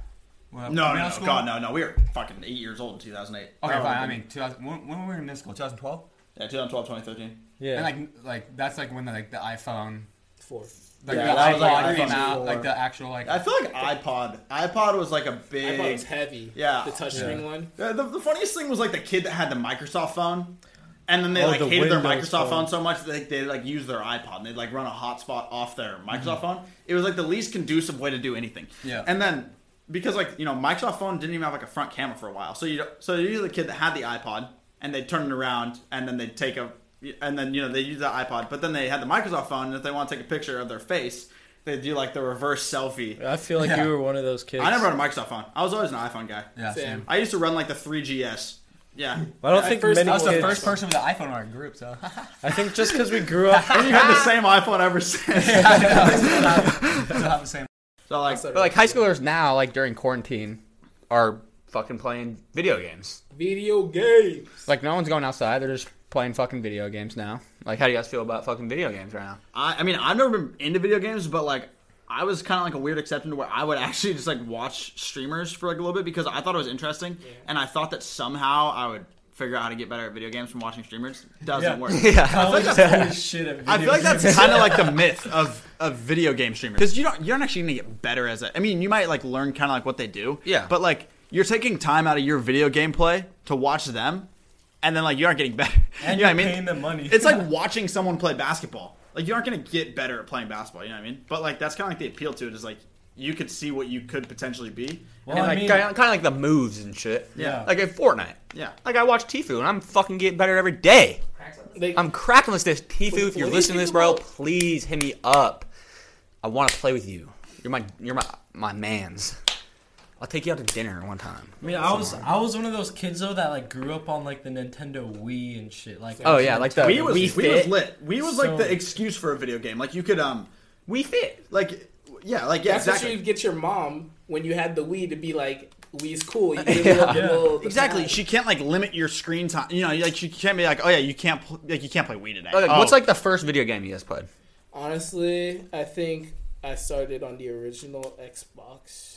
C: Well,
B: No, no,
C: middle
B: no,
C: school?
B: God, no, no. We were fucking eight years old in 2008.
C: Okay, fine. I mean, 2000, when, when were we in middle school? 2012.
B: yeah, 2012, 2013.
C: And
D: Yeah.
C: like, like that's like when the, like the iPhone,
E: Four.
C: like
B: Yeah,
C: the
B: that was, like,
C: iPod came
B: iPhone
C: out,
B: four.
C: like the actual like.
B: I feel like iPod. iPod was like a
E: I
B: big.
E: thought it was heavy.
B: Yeah.
E: The touchscreen
C: Yeah.
E: one.
B: Yeah, Uh, the, the funniest thing was like the kid that had the Microsoft phone, and then they
D: Oh,
B: like
D: the
B: hated their
D: Windows
B: Microsoft phone.
D: phone.
B: so much that they, they like used their iPod and they'd like run a hotspot off their
D: Mm-hmm.
B: Microsoft phone. It was like the least conducive way to do anything.
C: Yeah.
B: And then because like you know Microsoft phone didn't even have like a front camera for a while, so you don't- so you're the kid that had the iPod and they would turn it around and then they would take a and then you know they use the iPod, but then they had the Microsoft phone and if they want to take a picture of their face, they do like the reverse selfie.
D: I feel like
C: Yeah.
D: you were one of those kids.
B: I never had a Microsoft phone. I was always an iPhone guy.
C: yeah,
E: Sam.
C: same.
B: I used to run like the 3GS. Yeah.
D: I don't
E: I
D: think
E: first-
D: many
E: I
C: I was the
D: kids-
C: first person with an iPhone in our group, so
D: I think just because we grew up,
B: You had the same iPhone ever since.
C: I know, I still have- still have the same.
B: So like,
E: So-
C: But like high schoolers now, like during quarantine, are fucking playing video games.
E: Video games.
C: Like no one's going outside; they're just playing fucking video games now. Like, how do you guys feel about fucking video games right now?
B: I, I mean, I've never been into video games, but like, I was kind of like a weird exception to where I would actually just like watch streamers for like a little bit because I thought it was interesting, and I thought that somehow I would figure out how to get better at video games from watching streamers. Doesn't work.
C: Yeah,
B: I feel like that's- I feel like that's kind of like the myth of, of video game streamers because you don't you're not actually gonna get better as a. I mean, you might like learn kind of like what they do.
C: Yeah.
B: But like you're taking time out of your video gameplay to watch them, and then like you aren't getting better. you know what I mean?
D: them money.
B: It's like watching someone play basketball. Like you aren't gonna get better at playing basketball. You know what I mean? But like that's kind of like the appeal to it is like you could see what you could potentially be.
C: well, and like kind of like the moves and shit.
B: Yeah.
C: like in Fortnite.
B: Yeah.
C: Like I watch Tfue and I'm fucking getting better every day.
E: They,
C: I'm cracking with this Tfue. If
E: what do
C: you're
E: you
C: listening to
E: think
C: this, bro,
E: about-
C: please hit me up. I want to play with you. You're my you're my my man's. I'll take you out to dinner one time.
D: I mean, I was I was one of those kids though that like grew up on like the Nintendo Wii and shit. Like
C: Oh yeah, like the
B: we
C: we,
B: was we,
C: fit.
B: was lit. We was like
D: So-
B: the excuse for a video game. Like you could um
C: We fit.
B: like yeah like yeah
E: that's
B: exactly.
E: what you'd get your mom when you had the Wii to be like, Wii's cool. You give it up a
D: Yeah.
E: little- the
B: Exactly.
E: pad.
B: She can't like limit your screen time. You know, like she can't be like, oh yeah, you can't pl- like you can't play Wii today.
C: Okay,
B: oh.
C: What's like the first video game you guys played?
E: Honestly, I think I started on the original Xbox.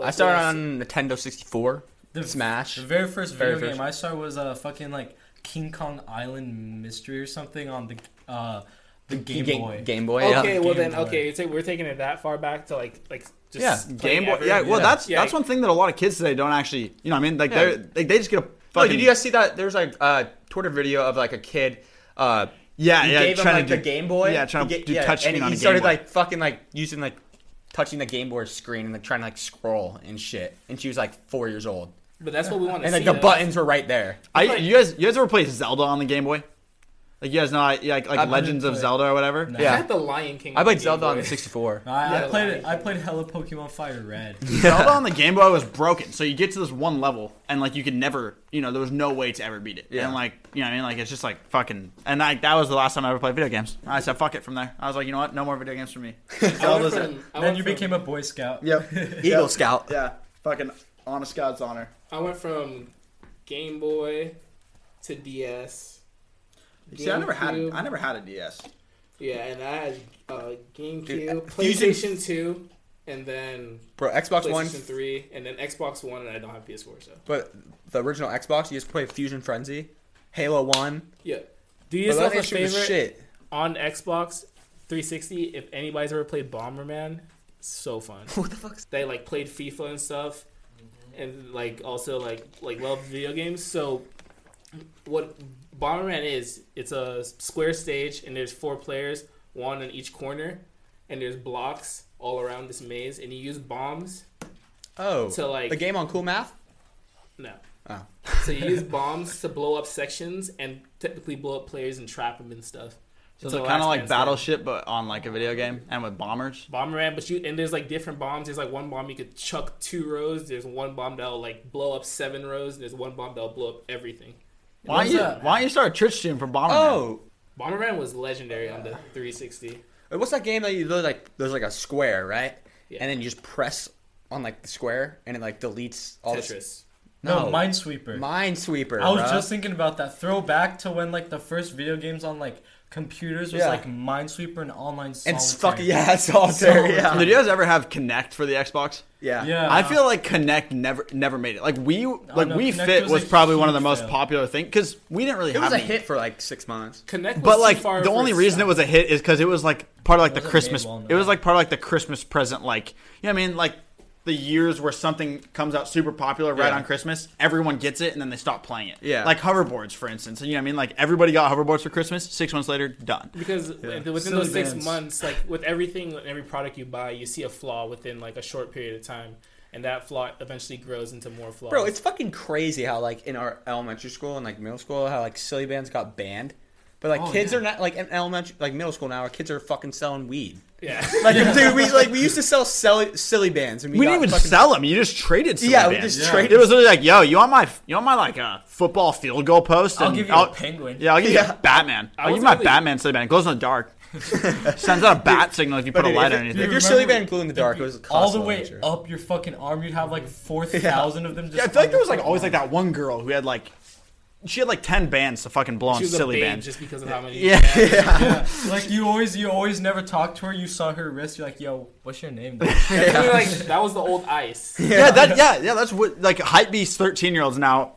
C: I
E: Like,
C: started
E: yeah,
C: on Nintendo 64. Smash.
D: The very first video
C: Very first.
D: game I saw was uh, fucking like King Kong Island Mystery or something on the uh the Game
C: Ga-
D: Boy.
C: Game Boy. yeah.
E: Okay, well
D: Game
E: then,
D: Boy.
E: okay, it's like we're taking it that far back to like, like just
C: Yeah,
E: playing
B: Game Boy.
E: every-
B: Yeah, well,
D: Yeah.
B: that's
E: Yeah.
B: that's one thing that a lot of kids today don't actually. You know, what I mean, like
C: Yeah.
B: they're they, they just get a.
C: Oh,
B: Fucking,
C: did you guys see that? There's like a Twitter video of like a kid. Uh,
B: Yeah,
C: he
B: yeah,
C: gave him
B: trying
C: like
B: to
C: the
B: do-
C: Game Boy.
B: yeah, trying to
C: He ga-
B: do touchscreen
C: and
B: on a
C: he
B: Game
C: started
B: Boy.
C: like fucking like using like touching the Game Boy screen and like trying to like scroll and shit. And she was like four years old,
E: But that's what we want to
C: and
E: see.
C: like the
E: though.
C: buttons were right there.
B: I, you guys, you guys ever play Zelda on the Game Boy? Like you guys know, like like, like
D: haven't
B: Legends of
D: played.
B: zelda or whatever.
E: I
B: Yeah,
E: had the Lion King.
C: I
E: on
C: played
E: Game
C: Zelda on
E: Boy.
C: the 64.
D: I,
E: Yeah.
D: played it. I played hella Pokemon Fire Red.
B: Zelda on the Game Boy was broken. So you get to this one level, and like you could never, you know, there was no way to ever beat it.
C: Yeah.
B: And like, you know, what I mean, like it's just like fucking. And like that was the last time I ever played video games. I said, fuck it from there. I was like, you know what, no more video games for me.
E: I went
D: Zelda's
E: from- I
D: then
E: went
D: you
E: from-
D: became a Boy Scout.
A: Eagle Scout.
B: Yeah, fucking honest God's honor.
E: I went from Game Boy to DS.
B: See, I never had,
E: GameCube.
B: I never had a DS.
E: Yeah, and I had uh, GameCube,
C: Dude, Fusion-
E: PlayStation Two, and then
C: Bro, Xbox
E: PlayStation
C: One,
E: Three, and then Xbox One, and I don't have PS4. So
C: but the original Xbox, you just play Fusion Frenzy, Halo One.
E: yeah, do you
C: Bro,
E: know
C: that
E: my
C: shit was
E: favorite
C: shit.
E: on Xbox 360? If anybody's ever played Bomberman, so fun.
C: What the fuck's
E: they like played FIFA and stuff, and like also like like loved video games. So what Bomberman is? It's a square stage, and there's four players, one in each corner, and there's blocks all around this maze, and you use bombs
C: oh?
E: to like
C: the game on Cool Math.
E: no.
B: Ah.
C: Oh.
E: so you use bombs to blow up sections and typically blow up players and trap them and stuff.
B: So
E: It's
B: it's
E: the
B: kind
E: last
B: of like
E: man standing.
B: Battleship, but on like a video game and with bombers.
E: Bomberman, but you and there's like different bombs. There's like one bomb you could chuck two rows. There's one bomb that'll like blow up seven rows. And there's one bomb that'll blow up everything.
B: Why don't
D: What's
B: you,
D: up?
B: why don't you start a church stream for bomber?
C: Oh,
E: Bomberman was legendary on the 360.
C: Wait, What's that game that you there's like there's like a square, right?
E: Yeah.
C: And then you just press on like the square and it like deletes all the
E: Tetris.
D: No,
C: No.
D: Minesweeper.
C: Minesweeper.
D: I was
C: bruh.
D: just thinking about that. Throwback to when like the first video games on like computers was
C: Yeah.
D: like Minesweeper and online solitaire.
C: and fuck yeah, solitaire.
D: Solitaire.
B: Did
C: Yeah.
B: you guys ever have Connect for the Xbox?
C: yeah,
D: Yeah.
B: I feel like Connect never never made it. Like we like
D: no,
B: we
D: Kinect
B: fit
D: was
B: was,
D: a
B: probably one of the
D: huge
B: most
D: fail.
B: popular thing because we didn't really
C: It
B: have
C: was a
B: any-
C: hit for like six months.
E: Connect was
B: But
E: too
B: like
E: far
B: the
E: for
B: only
E: its
B: reason it
E: time.
B: was a hit is because it was like part of like the
D: wasn't made
B: Christmas.
D: well known.
B: it was like part of like the Christmas present. Like you know what I mean like the years where something comes out super popular right
C: Yeah.
B: on Christmas, everyone gets it and then they stop playing it.
C: Yeah.
B: like hoverboards for instance. And you know what I mean like everybody got hoverboards for Christmas. Six months later, done.
E: because within those
D: Silly
E: six
D: bands.
E: months, like with everything, every product you buy, you see a flaw within like a short period of time, and that flaw eventually grows into more flaws.
C: Bro, it's fucking crazy how like in our elementary school and like middle school how like silly bands got banned. But like
D: Oh,
C: kids
D: yeah.
C: are not like in elementary like middle school now, our kids are fucking selling weed.
E: yeah.
C: Like dude, we like we used to sell silly, silly bands and we,
B: We
C: got
B: didn't even
C: fucking,
B: sell them. You just traded. Some
C: Yeah, we
B: bands.
C: just
D: Yeah.
C: traded.
B: It was literally like, yo, you want my you want my like uh, football field goal post?
D: I'll
B: And
D: give you a penguin.
B: Yeah, I'll give
C: Yeah.
B: you Batman. I'll give
E: was
B: you my
E: really-
B: Batman silly band. It glows in the dark. Sends out a bat signal if you put
C: But
B: a
C: dude,
B: light
C: if,
B: on
C: it-
B: anything.
C: if
D: You
C: your silly
D: remember-
C: band glue in the dark, it was a
D: all the
C: constant
D: way
C: adventure.
D: up your fucking arm, you'd have like four thousand of them. Just
B: Yeah, I feel like there was like always like that one girl who had like she had like ten bands to fucking blow on
E: She was
B: silly
E: a babe
B: bands.
E: just because of how many.
B: Yeah.
D: Yeah. like you always, you always never talked to her. You saw her wrist. You're like, yo, what's your name? dude?"
E: And we were like that was the old ice.
B: Yeah, that yeah, yeah, that's what like hype beast thirteen year olds now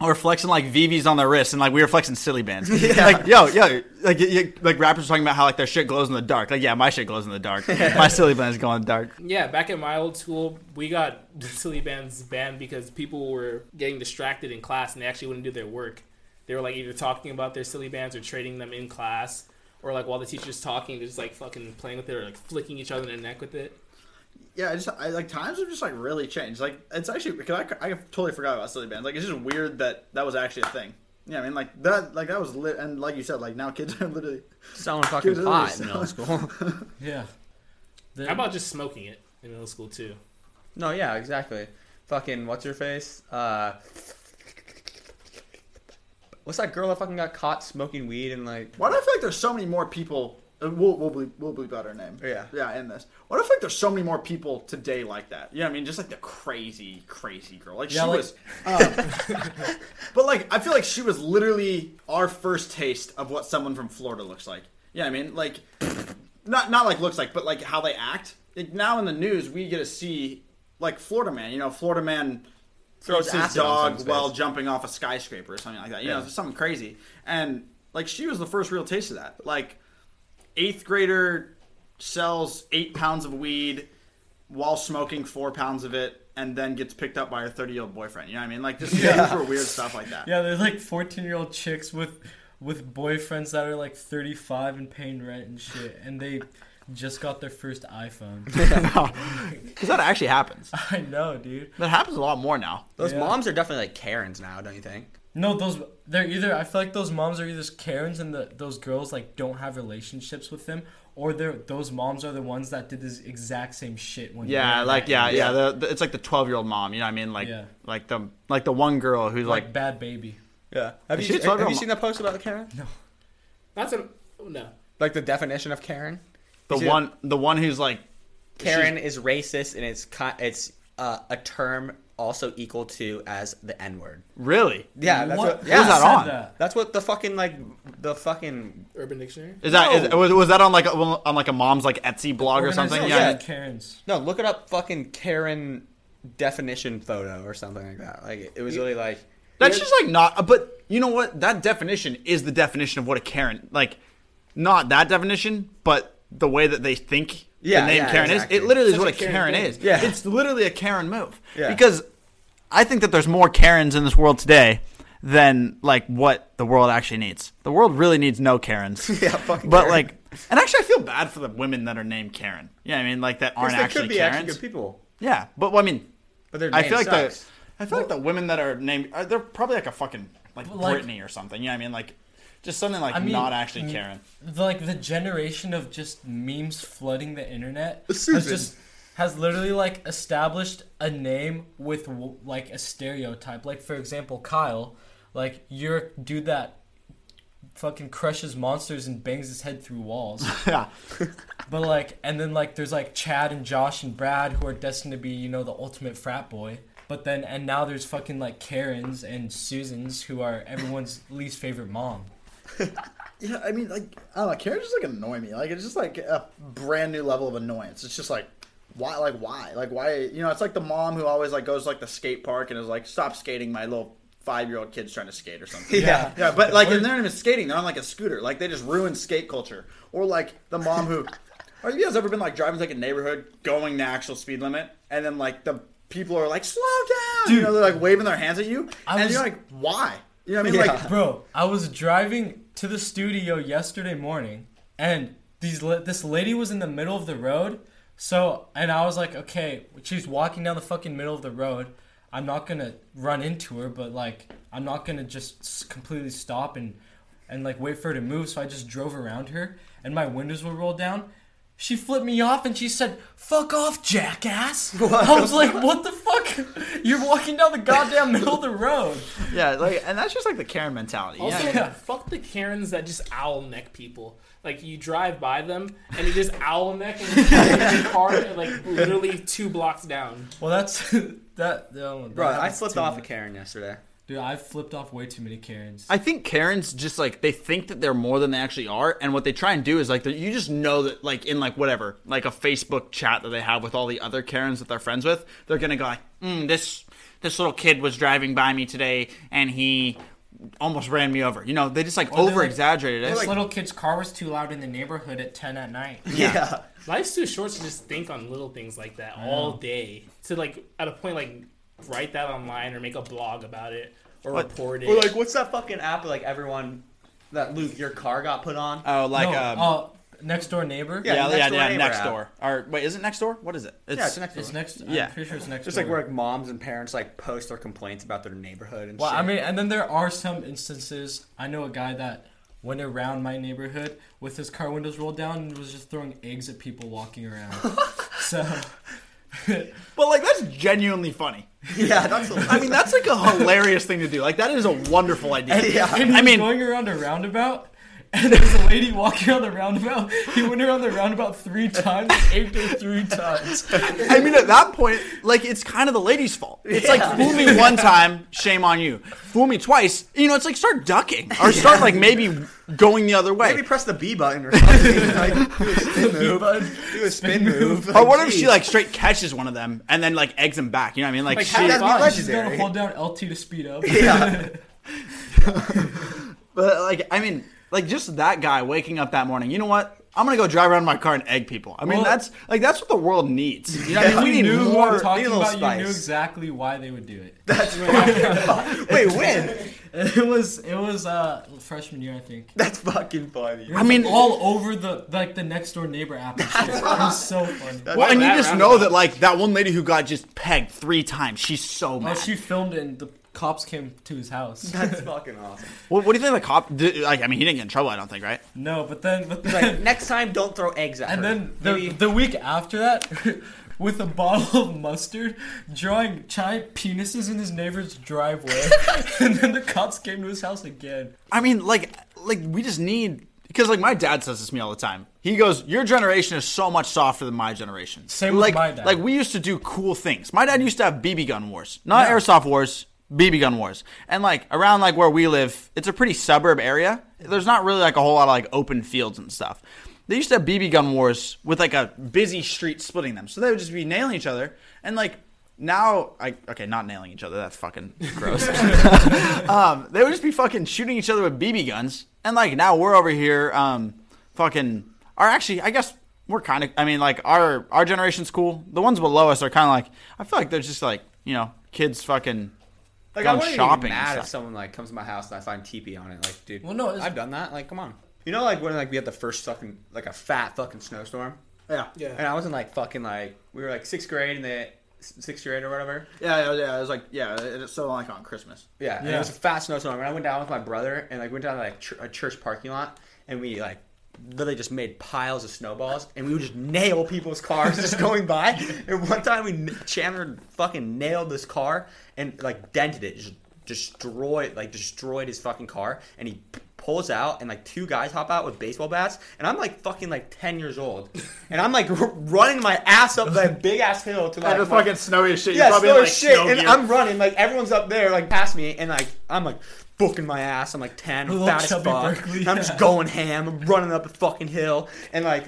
B: are flexing like VVs on their wrists and like we were flexing silly bands. Like yo, yo, like y y- like rappers are talking about how like their shit glows in the dark. Like yeah, my shit glows in the dark. my silly bands go in the dark.
E: Yeah, back at my old school, we got silly bands banned because people were getting distracted in class and they actually wouldn't do their work. They were like either talking about their silly bands or trading them in class, or like while the teacher's talking, they're just like fucking playing with it or like flicking each other in the neck with it.
B: Yeah, I just I, like times have just like really changed. Like it's actually because I, I totally forgot about silly bands. Like it's just weird that that was actually a thing. Yeah, I mean like that like that was lit and like you said like now kids are literally
C: selling fucking
B: Dude,
C: pot
B: it
C: in
B: was-
C: middle school.
D: yeah. The-
E: How about just smoking it in middle school too?
C: no, yeah, exactly. Fucking what's her face? Uh What's that girl that fucking got caught smoking weed and like
F: Why do I feel like there's so many more people? uh, We'll we'll bleep, we'll bleep out her name.
C: Yeah.
F: yeah. In this, why do I feel like there's so many more people today like that? You know what I mean? Just like the crazy, crazy girl. Like
D: Yeah,
F: she
D: like-
F: was. Um, but like, I feel like she was literally our first taste of what someone from Florida looks like. Yeah, I mean, like, not not like looks like, but like how they act. Like now in the news, we get to see like Florida man. You know, Florida man
C: Throws
F: throws his
C: acid on
F: dog
C: someone's
F: while
C: face.
F: jumping off a skyscraper or something like that. You know, something crazy. And like she was the first real taste of that. Like eighth grader sells eight pounds of weed while smoking four pounds of it and then gets picked up by her 30 year old boyfriend. You know what I mean? Like just super weird stuff like that.
D: Yeah, they're like fourteen-year-old chicks with with boyfriends that are like thirty-five and paying rent and shit, and they just got their first iPhone.
B: Because that actually happens.
D: I know, dude.
B: That happens a lot more now.
C: Those
D: Yeah.
C: moms are definitely like Karens now, don't you think?
D: No, those they're either. I feel like those moms are either Karens and the, those girls like don't have relationships with them, or they're those moms are the ones that did this exact same shit when.
B: Yeah,
D: they're
B: like yeah,
D: babies.
B: yeah. The, the, it's like the twelve-year-old mom. You know what I mean? Like
D: Yeah.
B: like the like the one girl who's
D: like,
B: like
D: bad baby.
C: Yeah. Have
B: Is
C: you,
B: she talking
C: have you
B: about-
C: seen that post about the Karen?
E: That's a oh, no.
C: Like the definition of Karen?
B: the
C: is it-
B: one the one who's like
C: Karen is racist and it's co- it's uh, a term also equal to as the N word.
B: really.
C: Yeah, that's
D: What?
C: what,
D: Who
B: yeah. Who's that
D: said
B: on?
D: that?
C: that's what the fucking like the fucking
E: Urban Dictionary.
B: Is that is,
C: No.
B: was, was that on like a, on like a mom's like Etsy blog or something?
D: Organization
B: Yeah.
D: of Karens.
C: no, look it up fucking Karen definition photo or something like that. Like it was really like
B: That's just like not. But you know what? That definition is the definition of what a Karen like. Not that definition, but the way that they think
C: Yeah,
B: the name
C: yeah,
B: Karen
C: exactly.
B: is. It literally
E: Such
B: is what
E: a
B: a
E: Karen
B: Karen,
E: thing.
B: is.
C: Yeah.
B: It's literally a Karen move.
C: Yeah.
B: Because I think that there's more Karens in this world today than like what the world actually needs. The world really needs no Karens.
C: Yeah, fucking
B: But
C: Karen.
B: like, and actually, I feel bad for the women that are named Karen. Yeah, I mean, like that aren't
C: there could
B: actually
C: be actually
B: Karens.
C: good people,
B: Yeah, but well, I mean,
C: but their name
B: I feel like
C: sucks.
B: the I feel like the women that are named are, they're probably like a fucking like
D: But, like-
B: Britney or something. You know what I mean? Like just something like
D: I mean, mm.
B: not actually Karen.
D: The, like the generation of just memes flooding the internet has
C: Susan.
D: just has literally like established a name with w- like a stereotype. Like for example, Kyle, like you're a dude that fucking crushes monsters and bangs his head through walls.
B: yeah.
D: but like, and then like there's like Chad and Josh and Brad who are destined to be you know the ultimate frat boy. But then and now there's fucking like Karens and Susans who are everyone's least favorite mom.
F: Yeah, I mean, like, I don't know. Karen just like annoy me. Like, it's just like a brand new level of annoyance. It's just like, why? Like, why? Like, why? You know, it's like the mom who always like goes to, like the skate park and is like, "Stop skating, my little five-year-old kid's trying to skate or something."
C: Yeah.
F: yeah, but like, and they're not even skating. They're on like a scooter. Like, they just ruin skate culture. Or like the mom who, are you guys ever been like driving to, like a neighborhood going the actual speed limit and then like the people are like, "Slow down!" You know, they're like waving their hands at you,
D: I
F: and
D: was-
F: you're like, "Why?" You know what I mean?
C: Yeah.
F: Like,
D: Bro, I was driving to the studio yesterday morning, and these la- this lady was in the middle of the road. So, and I was like, okay, she's walking down the fucking middle of the road. I'm not gonna run into her, but like, I'm not gonna just s- completely stop and and like wait for her to move. So I just drove around her, and my windows were rolled down. She flipped me off and she said, "Fuck off, jackass." I was like, "What the fuck? You're walking down the goddamn middle of the road."
B: Yeah, like and that's just like the Karen mentality.
E: Also,
B: yeah.
D: Yeah.
E: fuck the Karens that just owl neck people. Like you drive by them and you just owl neck and you in your car and, like literally two blocks down.
D: Well, that's that. No,
C: Bro,
D: that
C: I
D: happens
C: slipped
D: too
C: off a
D: much.
C: Karen yesterday.
D: Dude, I flipped off way too many Karens.
B: I think Karens just like they think that they're more than they actually are, and what they try and do is like they're- you just know that like in like whatever like a Facebook chat that they have with all the other Karens that they're friends with, they're gonna go like mm, this this little kid was driving by me today and he almost ran me over. You know, they just like
D: they're, like-
B: over exaggerated it.
D: this little kid's car was too loud in the neighborhood at ten at night.
C: Yeah.
E: Life's too short to just think on little things like that all day. To like at a point like write that online or make a blog about it or
B: What?
E: report it.
C: Or like, what's that fucking app? that, Like everyone that Luke, your car got put on.
B: Oh, like
D: no,
B: um,
D: uh, next door neighbor.
C: Yeah,
B: yeah,
C: next
B: yeah,
C: door
B: yeah,
C: neighbor
B: next
C: app.
B: door. Or wait, is it next door? What is it? It's,
C: yeah, it's next.
D: it's
C: door.
D: next.
B: Yeah.
D: I'm pretty sure it's next
C: Just
D: door.
C: like where like, moms and parents like post their complaints about their neighborhood and
D: well,
C: shit.
D: I mean, and then there are some instances. I know a guy that went around my neighborhood with his car windows rolled down and was just throwing eggs at people walking around. so,
B: But like that's genuinely funny.
C: yeah, that's. A,
B: I mean, that's like a hilarious thing to do. Like that is a wonderful idea.
D: and he
B: I
D: was
B: mean,
D: going around a roundabout. And there was a lady walking around the roundabout. He went around the roundabout three times, egged her three times.
B: I mean, at that point, like it's kind of the lady's fault. It's like fool me one time, shame on you. Fool me twice, you know, it's like start ducking or start like maybe going the other way.
C: maybe press the B button or something. like, do a spin move. Do a spin move.
B: or what if she
C: Jeez.
B: like straight catches one of them and then like eggs him back? You know what I mean? Like,
C: Like,
B: she-
C: how- That'd be
D: Fine, she's gonna
C: legendary.
D: hold down LT to speed up.
C: Yeah.
B: but like I mean, like just that guy waking up that morning. You know what? I'm gonna go drive around in my car and egg people. I mean,
D: Well-
B: that's like that's what the world needs. You know what I mean?
D: You
B: We need
D: knew who
B: more.
D: I'm talking
C: little
D: about. You
C: spice.
D: knew exactly why they would do it.
C: Wait, when?
D: It was it was uh freshman year, I think.
G: That's fucking funny.
B: I mean,
D: all over the like the next door neighbor app. And shit. it was so funny.
B: well, and you
E: That
B: just
E: round
B: know
E: of-
B: that like that one lady who got just pegged three times, she's so
D: Oh,
B: mad.
D: she filmed it, and the cops came to his house.
G: That's fucking awesome.
B: what, what do you think the cop? Did, like, I mean, he didn't get in trouble. I don't think, right?
D: No, but then but
C: He's like,
D: then
C: next time, don't throw eggs at
D: and
C: her.
D: then the,
C: Maybe-
D: the week after that. With a bottle of mustard, drawing giant penises in his neighbor's driveway, and then the cops came to his house again.
B: I mean, like, like we just need because like my dad says this to me all the time. He goes, "Your generation is so much softer than my generation."
D: Same with
B: like,
D: my dad.
B: Like we used to do cool things. My dad used to have BB gun wars, not
D: Yeah.
B: airsoft wars, BB gun wars. And like around like where we live, it's a pretty suburb area. There's not really like a whole lot of like open fields and stuff. They used to have BB gun wars with like a busy street splitting them, so they would just be nailing each other. And like now, I okay, not nailing each other. That's fucking gross. um, they would just be fucking shooting each other with BB guns, and like now we're over here, um, fucking. Or actually, I guess we're kind of. I mean, like our our generation's cool. The ones below us are kind of like. I feel like they're just like you know kids fucking.
C: like,
B: gone
C: I wouldn't
B: shopping
C: even be
B: and
C: mad if
B: stuff.
C: someone like comes to my house and I find TP on it. Like, dude,
D: Well, no, it's-
C: I've done that. Like, come on. You know, like when like we had the first fucking like a fat fucking snowstorm,
G: Yeah. yeah.
C: and I wasn't like fucking like we were like sixth grade and the sixth grade or whatever.
G: Yeah, yeah, yeah. It was like, yeah, it- it's so like on Christmas.
C: Yeah, and it
D: Yeah.
C: was a fast snowstorm. And I went down with my brother and like went down to like ch- a church parking lot, and we like literally just made piles of snowballs, and we would just nail people's cars just going by. And one time we n- Chandler fucking nailed this car and like dented it, just destroyed like destroyed his fucking car, and he. p- Pulls out and like two guys hop out with baseball bats, and I'm like fucking like ten years old, and I'm like r- running my ass up that big ass hill to like
G: and the
C: my-
G: fucking snowy as shit.
C: yeah,
G: you probably
C: slow
G: like,
C: as shit.
G: snow
C: And
G: gear.
C: I'm running, like everyone's up there, like past me, and like I'm like booking my ass. I'm like ten, I'm
D: Little
C: fat as fuck.
D: chubby Berkeley,
C: And I'm just
D: yeah.
C: going ham. I'm running up a fucking hill, and like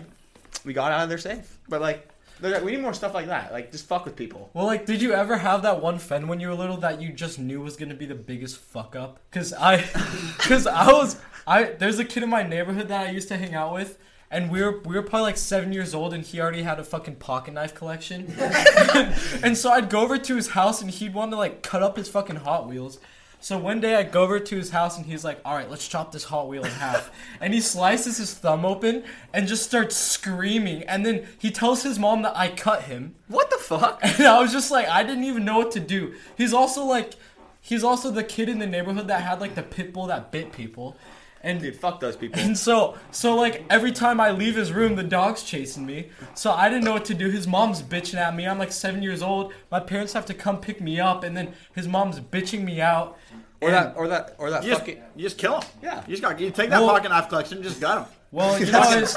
C: we got out of there safe. But like, they're like, we need more stuff like that. Like just fuck with people.
D: Well, like, did you ever have that one friend when you were little that you just knew was gonna be the biggest fuck up? Cause I, cause I was, I there's a kid in my neighborhood that I used to hang out with, and we were we were probably like seven years old, and he already had a fucking pocket knife collection, and so I'd go over to his house, and he'd want to like cut up his fucking Hot Wheels. So one day I go over to his house and he's like, "All right, let's chop this Hot Wheel in half." and he slices his thumb open and just starts screaming. And then he tells his mom that I cut him.
C: What the fuck?
D: And I was just like, I didn't even know what to do. He's also like, he's also the kid in the neighborhood that had like the pit bull that bit people. And
C: Dude, fuck those people.
D: and so, so like every time I leave his room, the dog's chasing me. So I didn't know what to do. His mom's bitching at me. I'm like seven years old. My parents have to come pick me up, and then his mom's bitching me out.
C: Or that, or that, or that
G: You just,
C: fucking.
G: you just kill him.
C: Yeah.
G: You just got you take that
D: Well-
G: pocket knife collection, just gut him.
D: Well, you know, it's,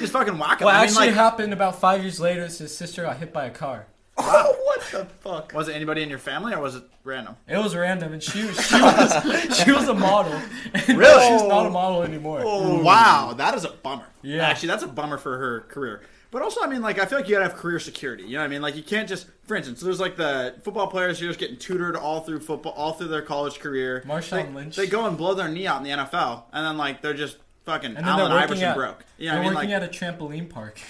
G: Just fucking whack him.
D: what
G: I mean,
D: actually
G: like,
D: happened about five years later is his sister got hit by a car.
C: what the fuck?
G: was it anybody in your family or was it random?
D: It was random, and she was she was she was a model. And
B: Really?
D: She's not a model anymore.
G: Oh,
B: Wow, that is a bummer.
D: Mm. Yeah.
G: Actually, that's a bummer for her career. But also, I mean, like, I feel like you gotta have career security. You know what I mean? Like, you can't just, for instance, there's like the football players who are just getting tutored all through football, all through their college career.
D: Marshawn
G: They-
D: Lynch.
G: They go and blow their knee out in the NFL, and then like they're just fucking
D: And then
G: Allen
D: they're working
G: Iverson
D: at,
G: broke. You
D: They're
G: know what I mean? Like,
D: working at a trampoline park.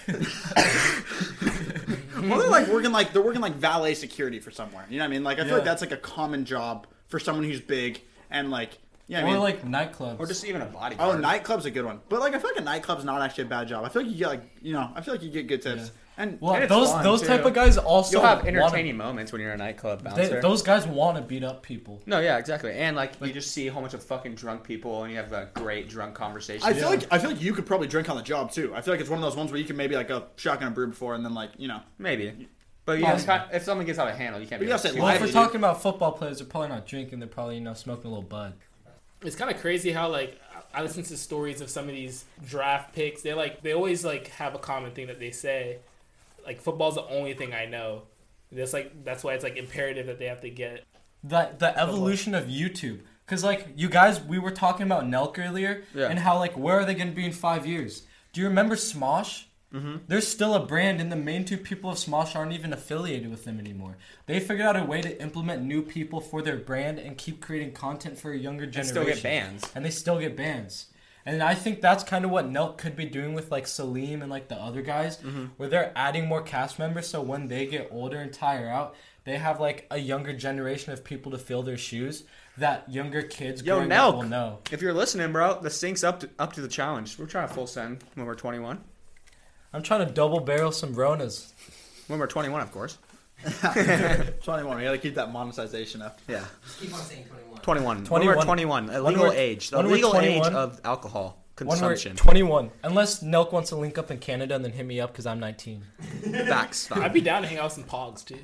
G: Well, they're like working like they're working like valet security for somewhere. You know what I mean? Like I feel
D: Yeah.
G: like that's like a common job for someone who's big and like yeah. You know what I
D: or
G: mean,
D: like nightclubs.
C: Or just even a bodyguard.
G: oh, nightclub's a good one, but like I feel like a nightclub's not actually a bad job. I feel like you get like you know I feel like you get good tips and
D: well,
C: and it's
D: those
C: fun,
D: those
C: too.
D: type of guys also
C: You'll have
D: wanna-
C: entertaining moments when you're a nightclub bouncer.
D: they- those guys want to beat up people.
C: no, yeah, exactly. And like, you just see a whole bunch of fucking drunk people, and you have a great drunk conversation.
G: I feel like I feel like you could probably drink on the job too. I feel like it's one of those ones where you can maybe like go shotgun a brew before and then like you know
C: Maybe. But yeah,
D: Possible.
C: it's kind if someone gets out of handle, you can't
G: But
C: be
G: you
C: like,
G: gotta say
C: "Dude,
D: Well,
G: I
D: if we're
G: do.
D: talking about football players, they're probably not drinking. They're probably you know smoking a little bud.
E: it's kind of crazy how like I listen to stories of some of these draft picks. They like they always like have a common thing that they say. Like football's the only thing I know. That's like that's why it's like imperative that they have to get.
D: The the evolution of YouTube. Cause like you guys, we were talking about Nelk earlier,
C: Yeah.
D: and how like where are they gonna be in five years? Do you remember Smosh? Mm-hmm. There's still a brand, and the main two people of Smosh aren't even affiliated with them anymore. They figured out a way to implement new people for their brand and keep creating content for a younger generation.
C: still get bans.
D: and they still get bans. And I think that's kind of what Nelk could be doing with like
C: Mm-hmm.
D: Salim and like the other guys, where they're adding more cast members. So when they get older and tire out, they have like a younger generation of people to fill their shoes that younger kids
C: Yo,
D: growing
C: Nelk.
D: up will know.
C: If you're listening, bro, the sink's up to, up to the challenge. We're trying to full send when we're 21.
D: I'm trying to double barrel some Ronas.
C: When we're 21, of course.
B: 21. We got to keep that monetization up.
C: Yeah,
A: Keep on saying 21.
C: 21.
D: 21.
C: When we're 21, a
D: When
C: legal
D: we're-
C: age, the
D: when we're
C: legal age
D: 21.
C: of alcohol
D: One word,
C: consumption.
D: 21. Unless Nelk wants to link up in Canada and then hit me up because I'm 19.
C: Facts.
E: I'd
C: facts.
E: be down to hang out with some pogs too,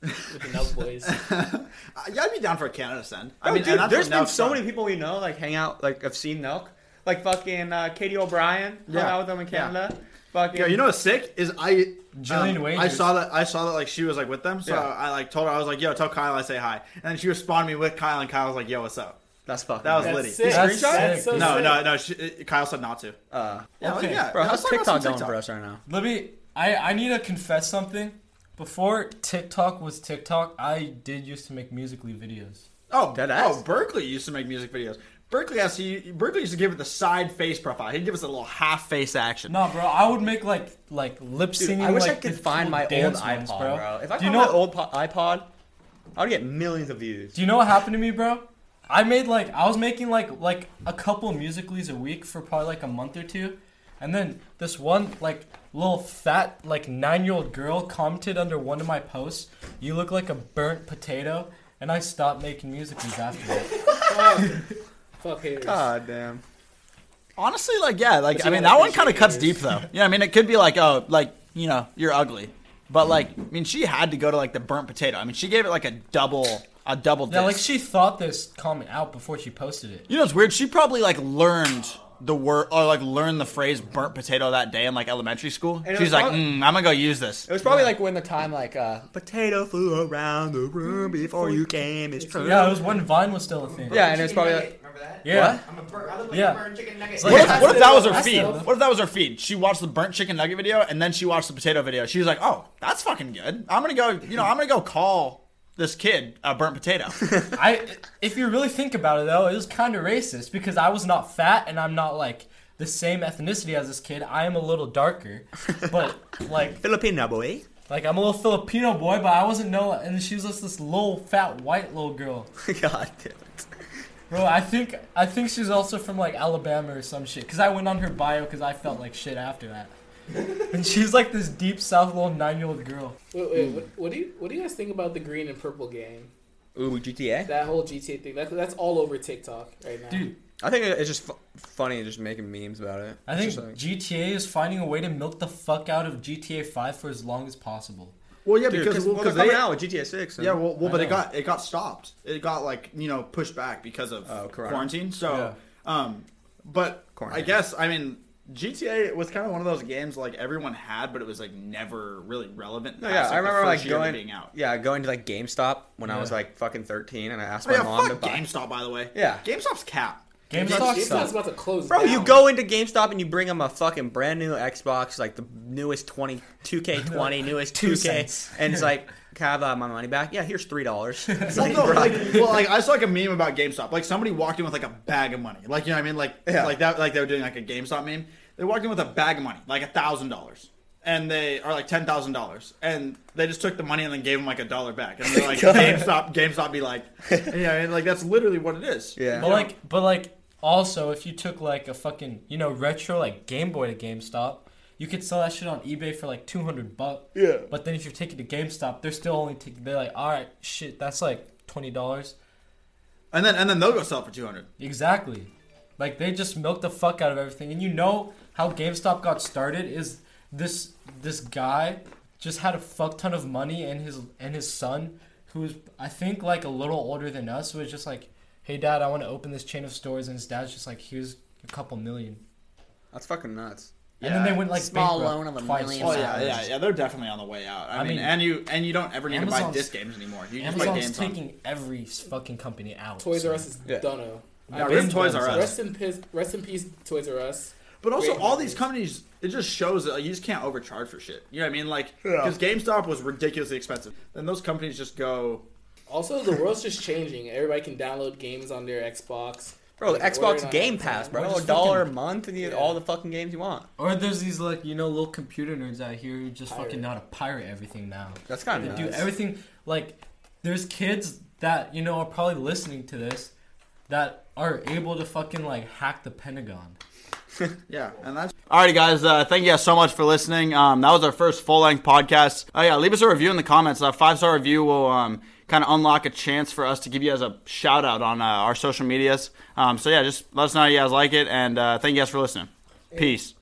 E: with the Nelk boys.
B: Uh, yeah, I'd be down for a Canada send.
C: I
G: Oh,
C: mean,
B: and
C: dude,
B: that's
C: there's
B: what
C: been
B: Nelk's
C: so
B: done.
C: many people we know like hang out, like I've seen Nelk, like fucking uh, Katie O'Brien hung
B: Yeah.
C: out with them in
B: Yeah.
C: Canada. Fucking,
B: Yeah, you know what's sick is I
D: Jillian
B: um, I
D: Wagers.
B: saw that I saw that like she was like with them, so
C: Yeah.
B: I like told her I was like, "Yo, tell Kyle I say hi," and then she responded to me with Kyle, and Kyle was like, "Yo, what's up?"
C: that's fucking.
B: That was
C: bad.
E: That's
B: Liddy.
E: sick.
D: Screenshot?
E: That's so
B: no,
E: sick.
B: no, no, she, uh, Kyle said not to.
C: Uh,
B: Yeah,
D: Okay.
B: yeah,
C: bro,
B: yeah,
C: how's
B: let's talk about
C: TikTok
B: some
C: going for us right now?
D: Libby, I, I need to confess something. Before TikTok was TikTok, I did used to make musically videos.
B: Oh,
C: Dead ass.
B: oh, Berkeley used to make music videos. Berkeley has he, Berkeley used to give it the side face profile. He'd give us a little half face action.
D: No, bro, I would make like like lip singing.
C: Dude, I wish
D: like,
C: I could
D: the
C: find
D: cool
C: my old
D: dance
C: iPod,
D: ones,
C: bro. If I
D: Do
C: found
D: you know
C: my old po- iPod, I would get millions of views.
D: Do you know what happened to me, bro? I made like I was making like like a couple musicallys a week for probably like a month or two, and then this one like little fat like nine year old girl commented under one of my posts, "You look like a burnt potato," and I stopped making musicallys after that.
E: Fuck haters.
C: God damn.
B: Honestly, like yeah, like
E: But
B: I
E: you
B: mean
E: don't
B: that one kind of
E: appreciate
B: cuts
E: it.
B: deep though. Yeah, I mean it could be like oh like you know you're ugly, but like I mean she had to go to like the burnt potato. I mean she gave it like a double a double.
D: Yeah, like
B: disc.
D: she thought this comment out before she posted it.
B: You know, it's weird. She probably like learned the word or like learned the phrase "burnt potato" that day in like elementary school.
C: it was
B: She's like,
C: probably-
B: mm, "I'm gonna go use this."
C: It was probably like when the time like uh, potato flew around the
B: Mm,
C: room before you came. It's true.
D: Yeah, it was when Vine was still a thing.
C: Yeah, and it's probably
A: Chicken
C: like,
A: nugget, Remember that?
D: Yeah.
A: I'm a bird. I look like
D: Yeah.
A: a burned chicken nugget.
B: What if,
D: Yeah.
B: what if that was her
D: That's
B: feed?
D: dope.
B: What if that was her feed? She watched the burnt chicken nugget video and then she watched the potato video. She was like, "Oh, that's fucking good. I'm gonna go. You know, I'm gonna go call this kid a burnt potato."
D: I, if you really think about it though, it was kind of racist because I was not fat and I'm not like the same ethnicity as this kid. I am a little darker, but like
C: Filipino boy.
D: like I'm a little Filipino boy, but I wasn't no. And she was just this little fat white little girl,
C: God damn. it.
D: bro. I think I think she's also from like Alabama or some shit. Cause I went on her bio because I felt like shit after that. and she's like this deep south little nine year old girl.
E: Wait,
C: Hmm.
E: wait, what, what do you what do you guys think about the green and purple game?
C: Ooh, GTA.
E: That whole GTA thing. That, that's all over TikTok right now.
D: Dude,
C: I think it's just fu- funny, just making memes about it.
D: I
C: It's
D: think
C: just like-
D: GTA is finding a way to milk the fuck out of GTA 5 for as long as possible.
B: well, yeah,
C: Dude, because well, they're coming out with GTA Six. and-
B: Yeah, well, well
D: I
B: but it
D: know.
B: got it got stopped. It got like you know pushed back because of
C: Oh, correct.
B: quarantine. So, um, but I
C: Quarantine.
B: guess I mean GTA was kind of one of those games like everyone had, but it was like never really relevant.
C: No,
B: past,
C: yeah,
B: like,
C: I
B: the
C: remember
B: first
C: like
B: year of it
C: going,
B: being out.
C: yeah, going to like GameStop when I was
D: Yeah.
C: like fucking 13, and I asked
B: Oh,
C: my
B: yeah,
C: mom to
B: fuck
C: buy.
B: GameStop by the way.
C: Yeah.
B: GameStop's cap.
D: GameStop
E: GameStop's
C: sucks.
E: about to close.
C: Bro, you
E: down.
C: go into GameStop and you bring them a fucking brand new Xbox, like the newest 20, 2K20, newest
D: Two
C: 2K,
D: cents.
C: and it's like, can I have uh, my money back? Yeah, here's three dollars.
B: Well, no, like, well, like I saw like a meme about GameStop. Like somebody walked in with like a bag of money. Like you know what I mean? Like
C: Yeah.
B: like that. Like they were doing like a GameStop meme. They walked in with a bag of money, like a thousand dollars, and they are like ten thousand dollars, and they just took the money and then gave them like a dollar back, and they're like GameStop. GameStop be like, you know, what I mean? like that's literally what it is.
C: Yeah.
D: But like, but like, also, if you took like a fucking, you know, retro like Game Boy to GameStop, you could sell that shit on eBay for like two hundred bucks.
C: Yeah.
D: But then if you take it to GameStop, they're still only taking. They're like, all right, shit, that's like twenty dollars.
B: And then and then they'll go sell for two hundred.
D: Exactly. Like they just milk the fuck out of everything, and you know how GameStop got started is this this guy just had a fuck ton of money, and his and his son, who's I think like a little older than us, was just like, "Hey, dad, I want to open this chain of stores," and his dad's just like, "Here's a couple million.
C: That's fucking nuts.
D: And then
B: Yeah.
D: they went like
C: Small
D: bankrupt
C: loan of a
D: twice.
C: million
B: Oh
C: Amazon
B: yeah, yeah, yeah. They're definitely on the way out. I,
D: I
B: mean,
D: mean-
B: and you and you don't ever need to buy
D: Amazon's-
B: disc games anymore. You just buy games
D: Amazon's
B: on.
D: taking every fucking company out.
E: Toys
D: so-
E: R Us is
C: Yeah.
E: dunno.
B: Yeah,
E: I
B: rip
E: mean,
B: Toys R Us.
E: Rest in peace. Rest in peace, Toys R Us.
B: But also,
E: Great
B: all these
E: companies.
B: companies, it just shows that like, you just can't overcharge for shit. You know what I mean? Like, because GameStop was ridiculously expensive. Then those companies just go.
E: Also, the world's just changing. Everybody can download games on their Xbox.
C: Bro,
E: They can order it
C: Xbox
E: on
C: Game
E: Amazon.
C: Pass, bro.
D: We're
C: A
D: just
C: dollar a
D: fucking-
C: month and you get
E: Yeah.
C: all the fucking games you want.
D: Or there's these like you know little computer nerds out here who just
E: Pirate.
D: fucking know how to pirate everything now.
C: That's kind
D: They
C: of
D: do
C: nuts.
D: everything like there's kids that you know are probably listening to this that are able to fucking like hack the Pentagon.
F: Yeah, and that's
B: Alrighty, guys. Uh, thank you guys so much for listening. Um, that was our first full length podcast. Oh yeah, leave us a review in the comments. A five star review will um, kind of unlock a chance for us to give you guys a shout out on uh, our social medias. Um, so yeah, just let us know how you guys like it, and uh, thank you guys for listening. Peace.